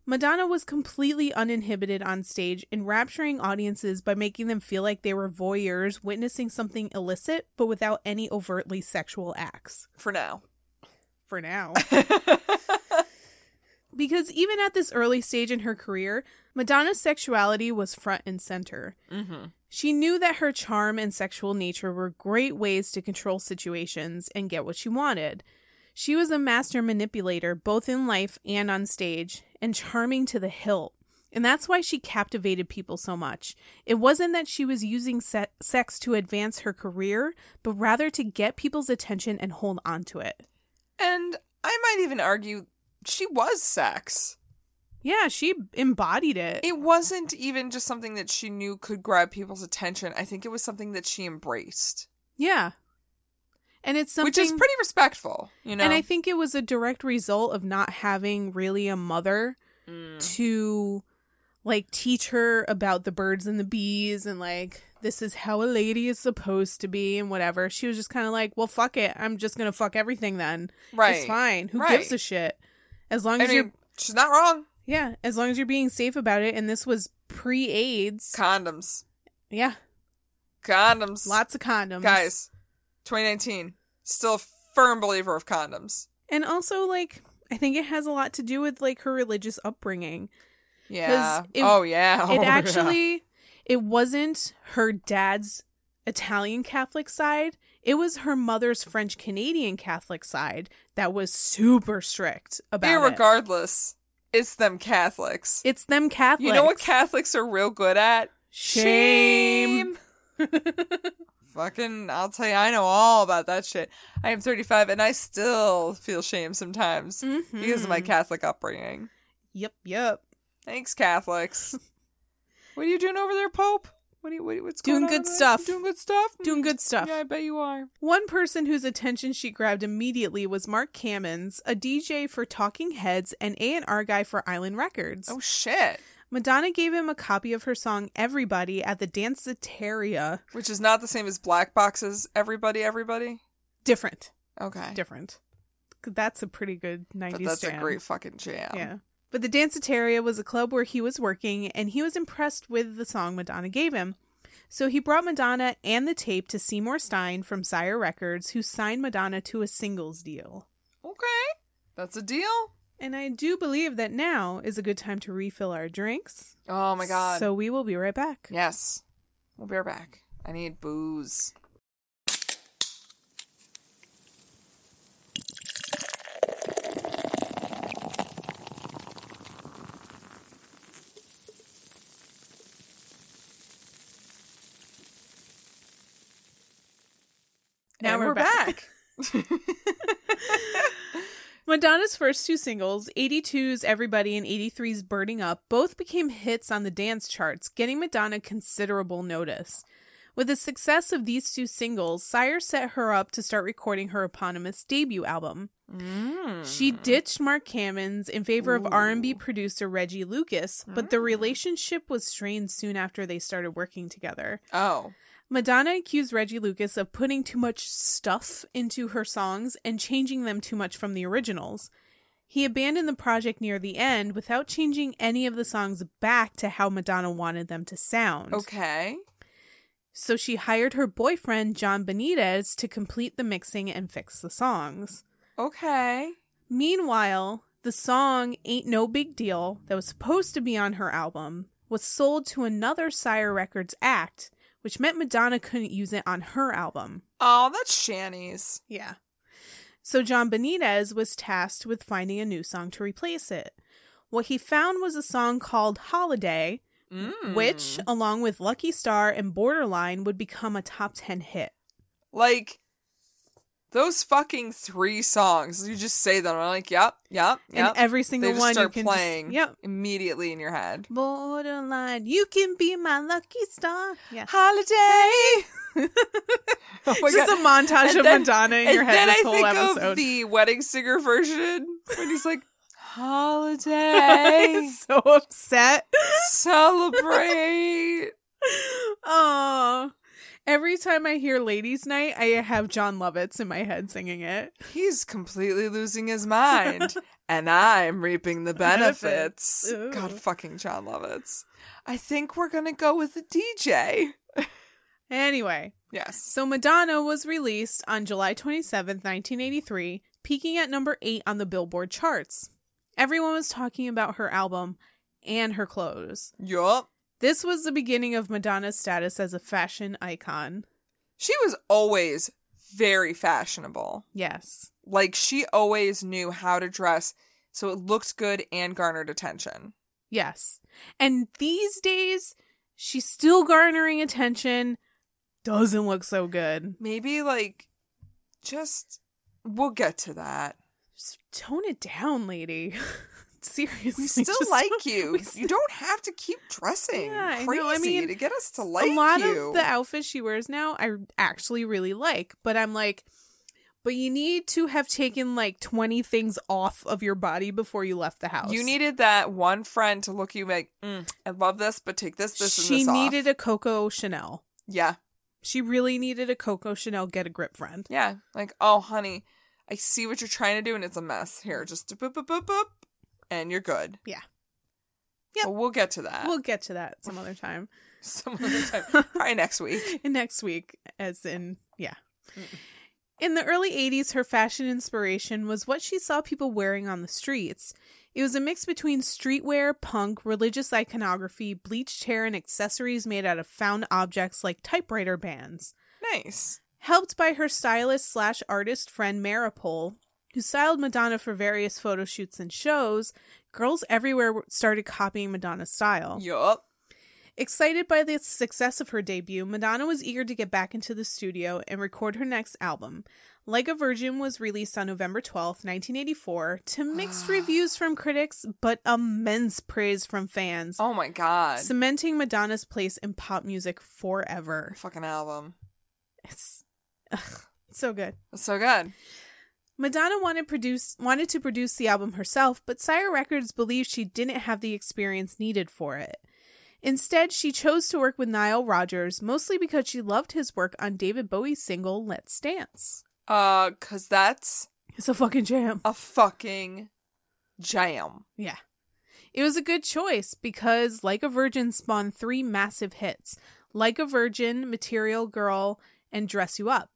[SPEAKER 1] Madonna was completely uninhibited on stage, enrapturing audiences by making them feel like they were voyeurs witnessing something illicit but without any overtly sexual acts.
[SPEAKER 2] For now.
[SPEAKER 1] For now. because even at this early stage in her career, Madonna's sexuality was front and center.
[SPEAKER 2] Mm-hmm.
[SPEAKER 1] She knew that her charm and sexual nature were great ways to control situations and get what she wanted. She was a master manipulator, both in life and on stage, and charming to the hilt. And that's why she captivated people so much. It wasn't that she was using se- sex to advance her career, but rather to get people's attention and hold on to it.
[SPEAKER 2] And I might even argue she was sex.
[SPEAKER 1] Yeah, she embodied it.
[SPEAKER 2] It wasn't even just something that she knew could grab people's attention. I think it was something that she embraced,
[SPEAKER 1] yeah. And it's something
[SPEAKER 2] which is pretty respectful, you know?
[SPEAKER 1] And I think it was
[SPEAKER 2] Mm.
[SPEAKER 1] a direct result of not having really a mother to like teach her about the birds and the bees and like this is how a lady is supposed to be and whatever. She was just kind of like, well, fuck it. I'm just gonna fuck everything then.
[SPEAKER 2] Right.
[SPEAKER 1] It's fine. Who
[SPEAKER 2] Right.
[SPEAKER 1] gives a shit? As long
[SPEAKER 2] I
[SPEAKER 1] as you're
[SPEAKER 2] mean, she's not wrong.
[SPEAKER 1] yeah, as long as you're being safe about it. And this was pre AIDS.
[SPEAKER 2] Condoms.
[SPEAKER 1] yeah,
[SPEAKER 2] Condoms.
[SPEAKER 1] lots of condoms,
[SPEAKER 2] Guys, 2019. Still a firm believer of condoms.
[SPEAKER 1] And also, like, I think it has a lot to do with like her religious upbringing.
[SPEAKER 2] Yeah.
[SPEAKER 1] it-
[SPEAKER 2] oh, yeah. <laughs> Oh,
[SPEAKER 1] it
[SPEAKER 2] yeah.
[SPEAKER 1] actually it wasn't her dad's Italian Catholic side. It was her mother's French Canadian Catholic side that was super strict about it.
[SPEAKER 2] Irregardless, it's them Catholics.
[SPEAKER 1] It's them Catholics.
[SPEAKER 2] You know what Catholics are real good at?
[SPEAKER 1] Shame. <laughs>
[SPEAKER 2] Fucking, I'll tell you, I know all about that shit. I am 35 and I still feel shame sometimes
[SPEAKER 1] Mm-hmm.
[SPEAKER 2] because of my
[SPEAKER 1] Hmm.
[SPEAKER 2] Catholic upbringing.
[SPEAKER 1] Yep, yep.
[SPEAKER 2] Thanks, Catholics. what are you doing over there, Pope? What are you, what, what's
[SPEAKER 1] Doing
[SPEAKER 2] going on
[SPEAKER 1] good
[SPEAKER 2] over there?
[SPEAKER 1] stuff.
[SPEAKER 2] Doing good stuff?
[SPEAKER 1] Doing good stuff.
[SPEAKER 2] Yeah, I bet you are.
[SPEAKER 1] One person whose attention she grabbed immediately was Mark Cammons, a DJ for Talking Heads and A&R guy for Island Records.
[SPEAKER 2] Oh, shit.
[SPEAKER 1] Madonna gave him a copy of her song Everybody at the Danceteria.
[SPEAKER 2] Which is not the same as Black Box's Everybody, Everybody.
[SPEAKER 1] Different.
[SPEAKER 2] Okay.
[SPEAKER 1] Different. That's a pretty good 90s
[SPEAKER 2] But that's a
[SPEAKER 1] jam.
[SPEAKER 2] great fucking jam.
[SPEAKER 1] Yeah. But the Danceteria was a club where he was working and he was impressed with the song Madonna gave him. So he brought Madonna and the tape to Seymour Stein from Sire Records, who signed Madonna to a singles deal.
[SPEAKER 2] Okay. That's a deal.
[SPEAKER 1] And I do believe that now is a good time to refill our drinks.
[SPEAKER 2] Oh, my God.
[SPEAKER 1] So we will be right back.
[SPEAKER 2] Yes. We'll be right back. I need booze.
[SPEAKER 1] Now
[SPEAKER 2] And
[SPEAKER 1] we're back. <laughs> Madonna's first two singles, 82's Everybody and 83's Burning Up, both became hits on the dance charts, getting Madonna considerable notice. With the success of these two singles, Sire set her up to start recording her eponymous debut album. She ditched Mark Cammons in favor of R&B producer Reggie Lucas, but the relationship was strained soon after they started working together.
[SPEAKER 2] Oh.
[SPEAKER 1] Madonna accused Reggie Lucas of putting too much stuff into her songs and changing them too much from the originals. He abandoned the project near the end without changing any of the songs back to how Madonna wanted them to sound.
[SPEAKER 2] Okay.
[SPEAKER 1] So she hired her boyfriend, John Benitez, to complete the mixing and fix the songs.
[SPEAKER 2] Okay.
[SPEAKER 1] Meanwhile, the song Ain't No Big Deal, that was supposed to be on her album, was sold to another Sire Records act, which meant Madonna couldn't use it on her album.
[SPEAKER 2] Oh, that's Shanny's.
[SPEAKER 1] Yeah. So John Benitez was tasked with finding a new song to replace it. What he found was a song called Holiday,
[SPEAKER 2] Mm.
[SPEAKER 1] which, along with Lucky Star and Borderline, would become a top 10 hit.
[SPEAKER 2] Like those fucking three songs. You just say them. I'm like, yep, yep,
[SPEAKER 1] And
[SPEAKER 2] yep.
[SPEAKER 1] every single
[SPEAKER 2] they just
[SPEAKER 1] one
[SPEAKER 2] start
[SPEAKER 1] you can just-
[SPEAKER 2] playing.
[SPEAKER 1] yep.
[SPEAKER 2] Immediately in your head.
[SPEAKER 1] Borderline, you can be my lucky star. Yeah.
[SPEAKER 2] Holiday. oh
[SPEAKER 1] <laughs>
[SPEAKER 2] my
[SPEAKER 1] Just
[SPEAKER 2] God.
[SPEAKER 1] a montage
[SPEAKER 2] And
[SPEAKER 1] of
[SPEAKER 2] then-
[SPEAKER 1] Madonna in your
[SPEAKER 2] and
[SPEAKER 1] head
[SPEAKER 2] then
[SPEAKER 1] this
[SPEAKER 2] I
[SPEAKER 1] whole
[SPEAKER 2] think of
[SPEAKER 1] episode. <laughs>
[SPEAKER 2] the wedding singer version when he's like, "Holiday,
[SPEAKER 1] He's so upset. <laughs>
[SPEAKER 2] celebrate."
[SPEAKER 1] Oh. Every time I hear Ladies Night, I have John Lovitz in my head singing it.
[SPEAKER 2] He's completely losing
[SPEAKER 1] <laughs>
[SPEAKER 2] his mind, and I'm reaping the benefits.
[SPEAKER 1] Benefits.
[SPEAKER 2] God,
[SPEAKER 1] Ooh.
[SPEAKER 2] fucking John Lovitz. I think we're gonna go with the DJ.
[SPEAKER 1] Anyway,
[SPEAKER 2] Yes.
[SPEAKER 1] So Madonna was released on July 27, 1983, peaking at number 8 on the Billboard charts. Everyone was talking about her album and her clothes.
[SPEAKER 2] Yup.
[SPEAKER 1] This was the beginning of Madonna's status as a fashion icon.
[SPEAKER 2] She was always very fashionable.
[SPEAKER 1] Yes.
[SPEAKER 2] Like she always knew how to dress so it looked good and garnered attention.
[SPEAKER 1] Yes. And these days, she's still garnering attention. Doesn't look so good.
[SPEAKER 2] Maybe like just we'll get to that.
[SPEAKER 1] Just tone it down, lady. <laughs> Seriously.
[SPEAKER 2] We still
[SPEAKER 1] just-
[SPEAKER 2] like
[SPEAKER 1] <laughs>
[SPEAKER 2] you.
[SPEAKER 1] we
[SPEAKER 2] You don't have to keep dressing
[SPEAKER 1] Yeah, I
[SPEAKER 2] crazy
[SPEAKER 1] know. I mean,
[SPEAKER 2] to get us to like
[SPEAKER 1] a lot
[SPEAKER 2] you.
[SPEAKER 1] of the outfits she wears now I actually really like, but I'm like, but you need to have taken like 20 things off of your body before you left the house.
[SPEAKER 2] You needed that one friend to look at you like, mm, I love this, but take this, this, and
[SPEAKER 1] She
[SPEAKER 2] this off.
[SPEAKER 1] needed a Coco Chanel.
[SPEAKER 2] Yeah,
[SPEAKER 1] She really needed a Coco Chanel get a grip friend.
[SPEAKER 2] yeah. Like, oh, honey, I see what you're trying to do, and it's a mess. Here, just boop, boop, boop, boop, and you're good.
[SPEAKER 1] Yeah. Yep.
[SPEAKER 2] But we'll get to that
[SPEAKER 1] We'll get to that some other time.
[SPEAKER 2] <laughs> some other
[SPEAKER 1] <laughs>
[SPEAKER 2] time. Probably next week.
[SPEAKER 1] And next week, as in, yeah. In the early 80s, her fashion inspiration was what she saw people wearing on the streets. It was a mix between streetwear, punk, religious iconography, bleached hair, and accessories made out of found objects like typewriter bands.
[SPEAKER 2] Nice.
[SPEAKER 1] Helped by her stylist slash artist friend Maripol, who styled Madonna for various photo shoots and shows, girls everywhere w- started copying Madonna's style.
[SPEAKER 2] Yup.
[SPEAKER 1] Excited by the success of her debut, Madonna was eager to get back into the studio and record her next album. Like a Virgin was released on November 12th, 1984, to
[SPEAKER 2] Ah.
[SPEAKER 1] mixed reviews from critics but immense praise from fans,
[SPEAKER 2] Oh my god.
[SPEAKER 1] cementing Madonna's place in pop music forever.
[SPEAKER 2] Fucking album.
[SPEAKER 1] It's ugh, so good.
[SPEAKER 2] That's so good.
[SPEAKER 1] Madonna wanted produce wanted to produce the album herself, but Sire Records believed she didn't have the experience needed for it. Instead, she chose to work with Nile Rodgers mostly because she loved his work on David Bowie's single Let's Dance.
[SPEAKER 2] Uh, cause that's
[SPEAKER 1] It's a fucking jam.
[SPEAKER 2] a fucking jam.
[SPEAKER 1] Yeah. It was a good choice because Like a Virgin spawned three massive hits Like a Virgin, Material Girl, and Dress You Up.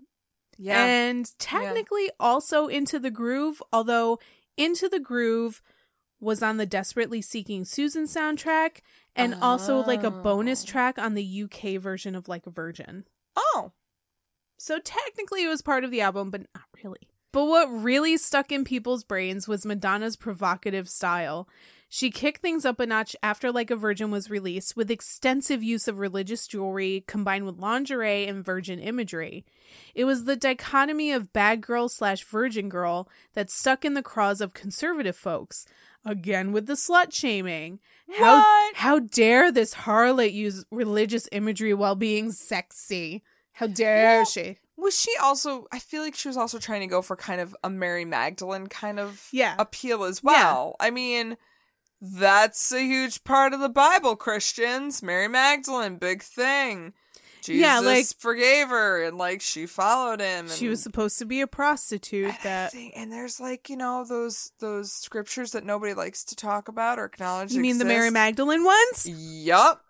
[SPEAKER 2] Yeah.
[SPEAKER 1] And technically also Into the Groove, although Into the Groove was on the Desperately Seeking Susan soundtrack and also like a bonus
[SPEAKER 2] Oh.
[SPEAKER 1] track on the UK version of Like a Virgin.
[SPEAKER 2] oh.
[SPEAKER 1] So technically it was part of the album, but not really. But what really stuck in people's brains was Madonna's provocative style. She kicked things up a notch after Like a Virgin was released with extensive use of religious jewelry combined with lingerie and virgin imagery. It was the dichotomy of bad girl slash virgin girl that stuck in the craws of conservative folks. Again with the slut shaming. How
[SPEAKER 2] What?
[SPEAKER 1] how dare this harlot use religious imagery while being sexy? How dare
[SPEAKER 2] Well,
[SPEAKER 1] she?
[SPEAKER 2] Was she also? I feel like she was also trying to go for kind of a Mary Magdalene kind of
[SPEAKER 1] Yeah.
[SPEAKER 2] appeal as well. I mean, that's a huge part of the Bible, Christians. Mary Magdalene, big thing. Jesus
[SPEAKER 1] Yeah, like-
[SPEAKER 2] forgave her, and like she followed him. And
[SPEAKER 1] She was supposed to be a prostitute
[SPEAKER 2] And I
[SPEAKER 1] that
[SPEAKER 2] think- and there's like you know those those scriptures that nobody likes to talk about or acknowledge.
[SPEAKER 1] You mean the Mary
[SPEAKER 2] exist.
[SPEAKER 1] Magdalene ones?
[SPEAKER 2] Yup.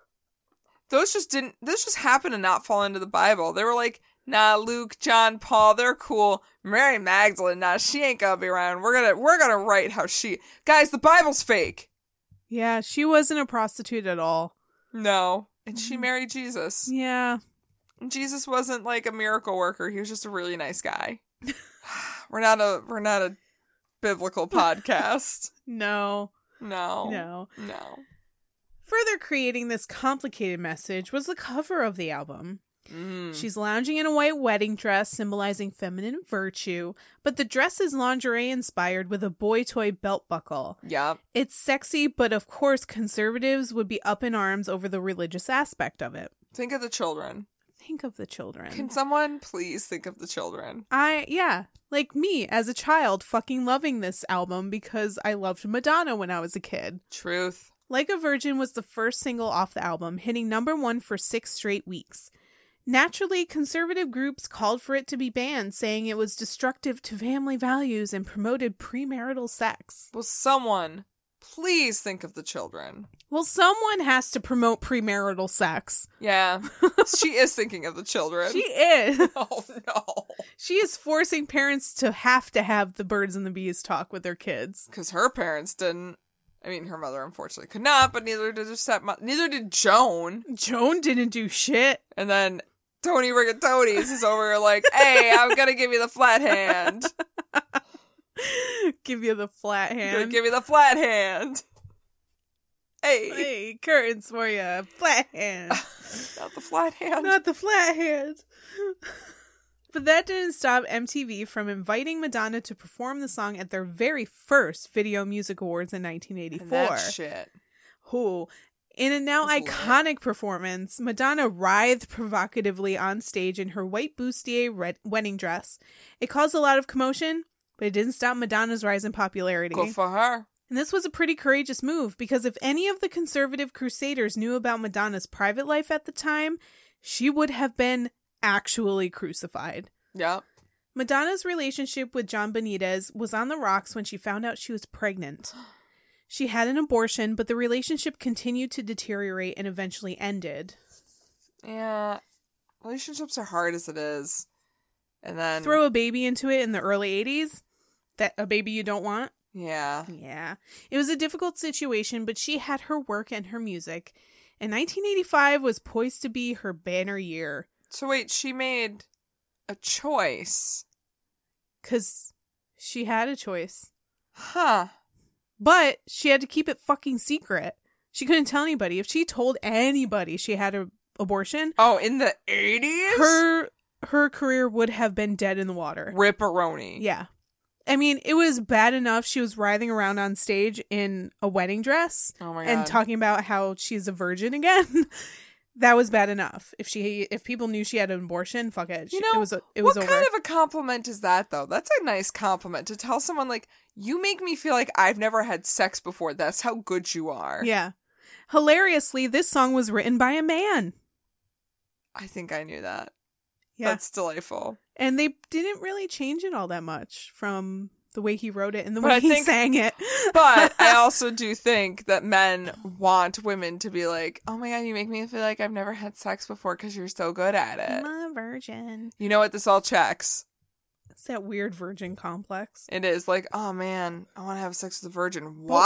[SPEAKER 2] Those just didn't. Those just happened to not fall into the Bible. They were like, nah, Luke, John, Paul, they're cool. Mary Magdalene, nah, she ain't gonna be around. We're gonna we're gonna write how she. Guys, the Bible's fake.
[SPEAKER 1] Yeah, she wasn't a prostitute at all.
[SPEAKER 2] No, and she married Jesus.
[SPEAKER 1] Yeah.
[SPEAKER 2] And Jesus wasn't like a miracle worker. He was just a really nice guy. <sighs> we're not a we're not a biblical podcast.
[SPEAKER 1] No.
[SPEAKER 2] No.
[SPEAKER 1] No.
[SPEAKER 2] No.
[SPEAKER 1] Further creating this complicated message was the cover of the album.
[SPEAKER 2] Mm.
[SPEAKER 1] She's lounging in a white wedding dress symbolizing feminine virtue, but the dress is lingerie inspired with a boy toy belt buckle.
[SPEAKER 2] Yep.
[SPEAKER 1] It's sexy, but of course, conservatives would be up in arms over the religious aspect of it.
[SPEAKER 2] Think of the children.
[SPEAKER 1] Think of the children.
[SPEAKER 2] Can someone please think of the children?
[SPEAKER 1] I yeah, like me as a child fucking loving this album because I loved Madonna when I was a kid.
[SPEAKER 2] Truth.
[SPEAKER 1] Like a Virgin was the first single off the album, hitting number 1 for 6 straight weeks. Naturally, conservative groups called for it to be banned, saying it was destructive to family values and promoted premarital sex.
[SPEAKER 2] Will someone please think of the children?
[SPEAKER 1] Well, someone has to promote premarital sex. <laughs>
[SPEAKER 2] Yeah. she is thinking of the children.
[SPEAKER 1] She is.
[SPEAKER 2] <laughs> Oh no.
[SPEAKER 1] She is forcing parents to have to have the birds and the bees talk with their kids.
[SPEAKER 2] Because her parents didn't. I mean, her mother unfortunately could not, but neither did her stepmom. Neither did Joan.
[SPEAKER 1] Joan didn't do shit. <laughs>
[SPEAKER 2] And then Tony Rigatoni's is over here like, hey, I'm gonna give you the flat hand.
[SPEAKER 1] give you the flat
[SPEAKER 2] I'm gonna
[SPEAKER 1] hand.
[SPEAKER 2] give you the flat hand. Hey,
[SPEAKER 1] <laughs> hey, curtains for you. Flat hand.
[SPEAKER 2] not the flat hand.
[SPEAKER 1] Not the flat hand. <laughs> but that didn't stop MTV from inviting Madonna to perform the song at their very first Video Music Awards in
[SPEAKER 2] And that
[SPEAKER 1] 1984.
[SPEAKER 2] shit.
[SPEAKER 1] Who? In a now iconic performance, Madonna writhed provocatively on stage in her white bustier red- wedding dress. It caused a lot of commotion, but it didn't stop Madonna's rise in popularity.
[SPEAKER 2] Good for her.
[SPEAKER 1] And this was a pretty courageous move because if any of the conservative crusaders knew about Madonna's private life at the time, she would have been actually crucified.
[SPEAKER 2] Yep.
[SPEAKER 1] Madonna's relationship with John Benitez was on the rocks when she found out she was pregnant. She had an abortion, but the relationship continued to deteriorate and eventually ended.
[SPEAKER 2] Yeah. Relationships are hard as it is. And then
[SPEAKER 1] Throw a baby into it in the early 80s, that a baby you don't want.
[SPEAKER 2] Yeah.
[SPEAKER 1] Yeah. It was a difficult situation, but she had her work and her music. And 1985 was poised to be her banner year
[SPEAKER 2] So wait, she made a choice.
[SPEAKER 1] because she had a choice.
[SPEAKER 2] Huh.
[SPEAKER 1] But she had to keep it fucking secret. She couldn't tell anybody. If she told anybody she had an abortion,
[SPEAKER 2] Oh, in the eighties?
[SPEAKER 1] her her career would have been dead in the water.
[SPEAKER 2] Ripperoni.
[SPEAKER 1] Yeah. I mean, it was bad enough she was writhing around on stage in a wedding dress
[SPEAKER 2] Oh my
[SPEAKER 1] and
[SPEAKER 2] God.
[SPEAKER 1] talking about how she's a virgin again. <laughs> that was bad enough. If she if people knew she had an abortion, fuck it.
[SPEAKER 2] You
[SPEAKER 1] She-
[SPEAKER 2] know,
[SPEAKER 1] it was it was
[SPEAKER 2] what
[SPEAKER 1] over.
[SPEAKER 2] kind of a compliment is that though? That's a nice compliment to tell someone like, you make me feel like I've never had sex before. That's how good you are.
[SPEAKER 1] yeah. Hilariously, this song was written by a man.
[SPEAKER 2] I think I knew that.
[SPEAKER 1] Yeah.
[SPEAKER 2] That's delightful.
[SPEAKER 1] and they didn't really change it all that much from the way he wrote it and the
[SPEAKER 2] But
[SPEAKER 1] way
[SPEAKER 2] I
[SPEAKER 1] he
[SPEAKER 2] think-
[SPEAKER 1] sang it. <laughs>
[SPEAKER 2] But I also do think that men want women to be like, oh my God, you make me feel like I've never had sex before because you're so good
[SPEAKER 1] <laughs>
[SPEAKER 2] at
[SPEAKER 1] I'm
[SPEAKER 2] it.
[SPEAKER 1] a virgin.
[SPEAKER 2] You know what? This all checks.
[SPEAKER 1] It's that weird virgin complex.
[SPEAKER 2] It is like, oh man, I want to have sex with a virgin.
[SPEAKER 1] But
[SPEAKER 2] Why?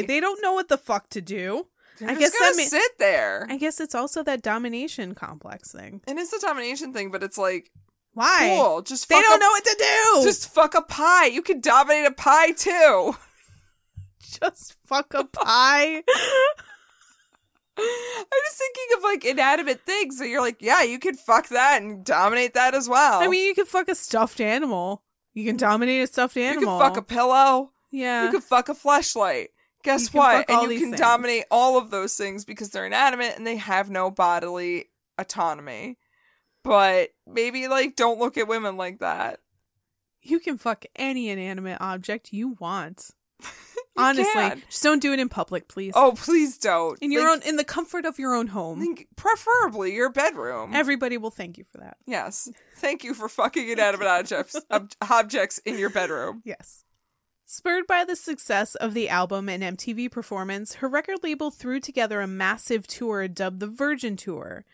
[SPEAKER 1] why? They don't know what the fuck to do.
[SPEAKER 2] They're
[SPEAKER 1] I
[SPEAKER 2] just
[SPEAKER 1] guess
[SPEAKER 2] gonna
[SPEAKER 1] that mea-
[SPEAKER 2] sit there.
[SPEAKER 1] I guess it's also that domination complex thing.
[SPEAKER 2] and it's the domination thing, but it's like,
[SPEAKER 1] Why?
[SPEAKER 2] cool. Just
[SPEAKER 1] They
[SPEAKER 2] fuck
[SPEAKER 1] don't
[SPEAKER 2] a-
[SPEAKER 1] know what to do.
[SPEAKER 2] Just fuck a pie. You can dominate a pie too.
[SPEAKER 1] <laughs>
[SPEAKER 2] <laughs>
[SPEAKER 1] just fuck a pie.
[SPEAKER 2] I'm just thinking of like inanimate things. So you're like, yeah, you could fuck that and dominate that as well.
[SPEAKER 1] I mean, you can fuck a stuffed animal. You can dominate a stuffed
[SPEAKER 2] you
[SPEAKER 1] animal.
[SPEAKER 2] could fuck a pillow.
[SPEAKER 1] yeah.
[SPEAKER 2] You could fuck a flashlight.
[SPEAKER 1] You
[SPEAKER 2] Guess
[SPEAKER 1] can
[SPEAKER 2] what?
[SPEAKER 1] fuck all
[SPEAKER 2] And you
[SPEAKER 1] these
[SPEAKER 2] can
[SPEAKER 1] things.
[SPEAKER 2] dominate all of those things because they're inanimate and they have no bodily autonomy. But maybe like don't look at women like that.
[SPEAKER 1] you can fuck any inanimate object you
[SPEAKER 2] <laughs>
[SPEAKER 1] want. Honestly,
[SPEAKER 2] can.
[SPEAKER 1] just don't do it in public, please.
[SPEAKER 2] Oh, please don't.
[SPEAKER 1] in your
[SPEAKER 2] Like,
[SPEAKER 1] own, in the comfort of your own home.
[SPEAKER 2] think preferably your bedroom.
[SPEAKER 1] Everybody will thank you for that.
[SPEAKER 2] yes. Thank you for fucking inanimate objects ob- objects in your bedroom.
[SPEAKER 1] Yes. Spurred by the success of the album and MTV performance, her record label threw together a massive tour dubbed the Virgin Tour.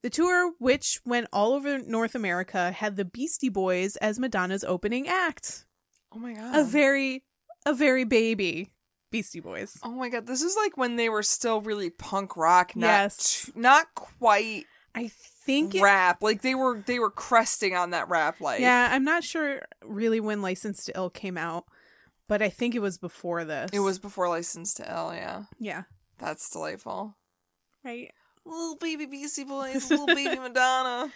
[SPEAKER 1] The tour, which went all over North America, had the Beastie Boys as Madonna's opening act.
[SPEAKER 2] Oh my god.
[SPEAKER 1] A very, a very baby Beastie Boys.
[SPEAKER 2] oh my god. This is like when they were still really punk rock, not
[SPEAKER 1] Yes.
[SPEAKER 2] t- not quite
[SPEAKER 1] I think it-
[SPEAKER 2] rap. Like they were they were cresting on that rap life.
[SPEAKER 1] Yeah, I'm not sure really when License to Ill came out, but I think it was before this.
[SPEAKER 2] It was before License to L, yeah.
[SPEAKER 1] Yeah.
[SPEAKER 2] That's delightful.
[SPEAKER 1] Right.
[SPEAKER 2] Little baby Beastie <laughs> Boys, little baby Madonna.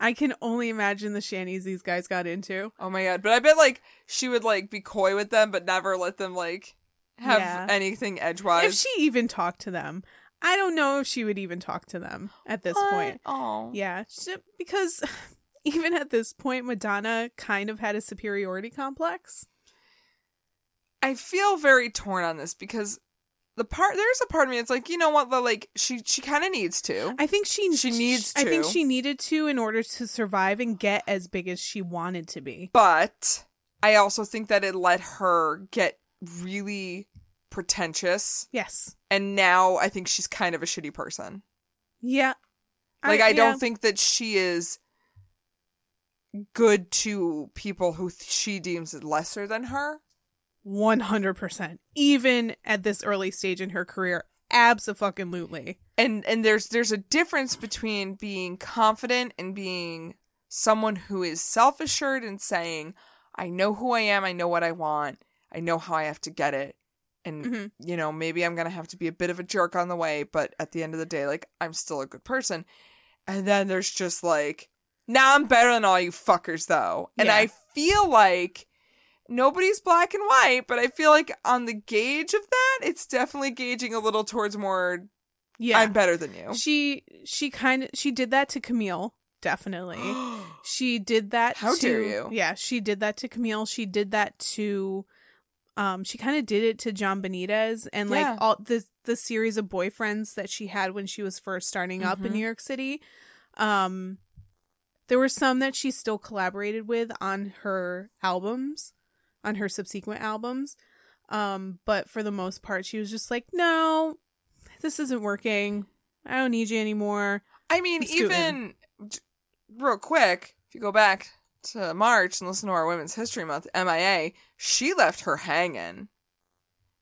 [SPEAKER 1] I can only imagine the shanties these guys got into.
[SPEAKER 2] Oh my god. But I bet like she would like be coy with them but never let them like have
[SPEAKER 1] Yeah.
[SPEAKER 2] anything edgewise.
[SPEAKER 1] if she even talked to them. I don't know if she would even talk to them at this point.
[SPEAKER 2] Oh.
[SPEAKER 1] Yeah, she- because <laughs> even at this point, Madonna kind of had a superiority complex.
[SPEAKER 2] I feel very torn on this because the part there's a part of me that's like, you know what, the like she she kinda needs to.
[SPEAKER 1] I think she
[SPEAKER 2] She needs
[SPEAKER 1] I think
[SPEAKER 2] to.
[SPEAKER 1] she needed to in order to survive and get as big as she wanted to be.
[SPEAKER 2] But I also think that it let her get really pretentious.
[SPEAKER 1] Yes.
[SPEAKER 2] And now I think she's kind of a shitty person.
[SPEAKER 1] Yeah.
[SPEAKER 2] Like I, don't
[SPEAKER 1] yeah.
[SPEAKER 2] think that she is good to people who th- she deems lesser than her.
[SPEAKER 1] 100%. Even at this early stage in her career, absolutely.
[SPEAKER 2] And and there's there's a difference between being confident and being someone who is self-assured and saying, "I know who I am, I know what I want, I know how I have to get it." And
[SPEAKER 1] Mhm.
[SPEAKER 2] you know, maybe I'm going to have to be a bit of a jerk on the way, but at the end of the day, like I'm still a good person. And then there's just like, now I'm better than all you fuckers, though. And
[SPEAKER 1] Yeah.
[SPEAKER 2] I feel like nobody's black and white, but I feel like on the gauge of that, it's definitely gauging a little towards more
[SPEAKER 1] Yeah.
[SPEAKER 2] I'm better than you.
[SPEAKER 1] She she kind of she did that to Camille,
[SPEAKER 2] <gasps>
[SPEAKER 1] definitely. she did that
[SPEAKER 2] How
[SPEAKER 1] to,
[SPEAKER 2] dare you.
[SPEAKER 1] Yeah, she did that to Camille. She did that to um she kind of did it to John Benitez and like
[SPEAKER 2] Yeah.
[SPEAKER 1] all the the series of boyfriends that she had when she was first starting up in
[SPEAKER 2] Mhm.
[SPEAKER 1] New York City. Um there were some that she still collaborated with on her albums, on her subsequent albums. Um, but for the most part, she was just like, no, this isn't working. I don't need you anymore.
[SPEAKER 2] I mean,
[SPEAKER 1] Let's do it.
[SPEAKER 2] even j- real quick, if you go back to March and listen to our Women's History Month MIA, she left her hanging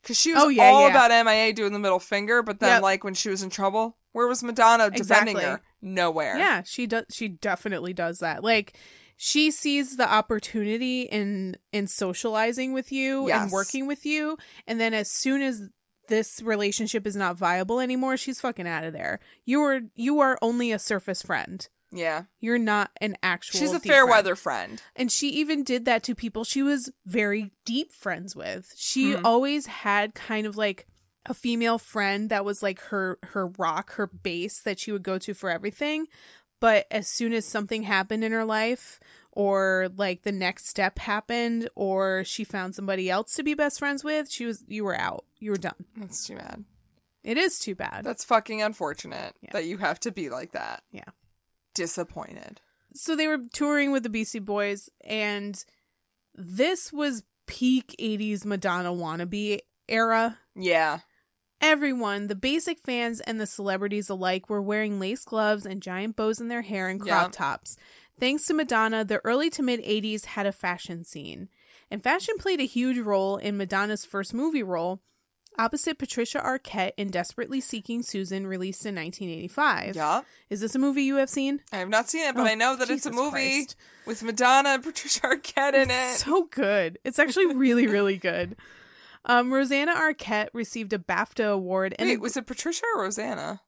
[SPEAKER 2] because she was
[SPEAKER 1] Oh, yeah, yeah.
[SPEAKER 2] all about MIA doing the middle finger. But then,
[SPEAKER 1] Yep.
[SPEAKER 2] like when she was in trouble, where was Madonna defending
[SPEAKER 1] Exactly.
[SPEAKER 2] her? Nowhere.
[SPEAKER 1] Yeah, she does. She definitely does that. Like, she sees the opportunity in in socializing with you
[SPEAKER 2] Yes.
[SPEAKER 1] and working with you, and then as soon as this relationship is not viable anymore, she's fucking out of there. You are you are only a surface friend.
[SPEAKER 2] yeah.
[SPEAKER 1] You're not an actual.
[SPEAKER 2] She's a
[SPEAKER 1] deep
[SPEAKER 2] fair
[SPEAKER 1] friend.
[SPEAKER 2] weather friend.
[SPEAKER 1] And she even did that to people she was very deep friends with. She always had kind of like a female friend that was like her her rock, her base that she would go to for everything. But as soon as something happened in her life or like the next step happened or she found somebody else to be best friends with, she was you were out. You were done.
[SPEAKER 2] That's too bad.
[SPEAKER 1] It is too bad.
[SPEAKER 2] That's fucking unfortunate that you have to be like that.
[SPEAKER 1] Yeah.
[SPEAKER 2] Disappointed.
[SPEAKER 1] so they were touring with the BC Boys, and this was peak 80s Madonna wannabe era.
[SPEAKER 2] Yeah.
[SPEAKER 1] Everyone, the basic fans and the celebrities alike, were wearing lace gloves and giant bows in their hair and crop
[SPEAKER 2] Yeah.
[SPEAKER 1] tops. Thanks to Madonna, the early to mid 80s had a fashion scene. And fashion played a huge role in Madonna's first movie role, opposite Patricia Arquette in Desperately Seeking Susan, released in 1985.
[SPEAKER 2] Yeah.
[SPEAKER 1] Is this a movie you have seen?
[SPEAKER 2] I have not seen it, but
[SPEAKER 1] Oh,
[SPEAKER 2] I know that it's a
[SPEAKER 1] Jesus
[SPEAKER 2] movie
[SPEAKER 1] Christ.
[SPEAKER 2] with Madonna and <laughs> Patricia Arquette in it.
[SPEAKER 1] It's so good. It's actually really, really
[SPEAKER 2] <laughs>
[SPEAKER 1] good. Um, Rosanna Arquette received a BAFTA award and
[SPEAKER 2] Wait, was it Patricia or Rosanna?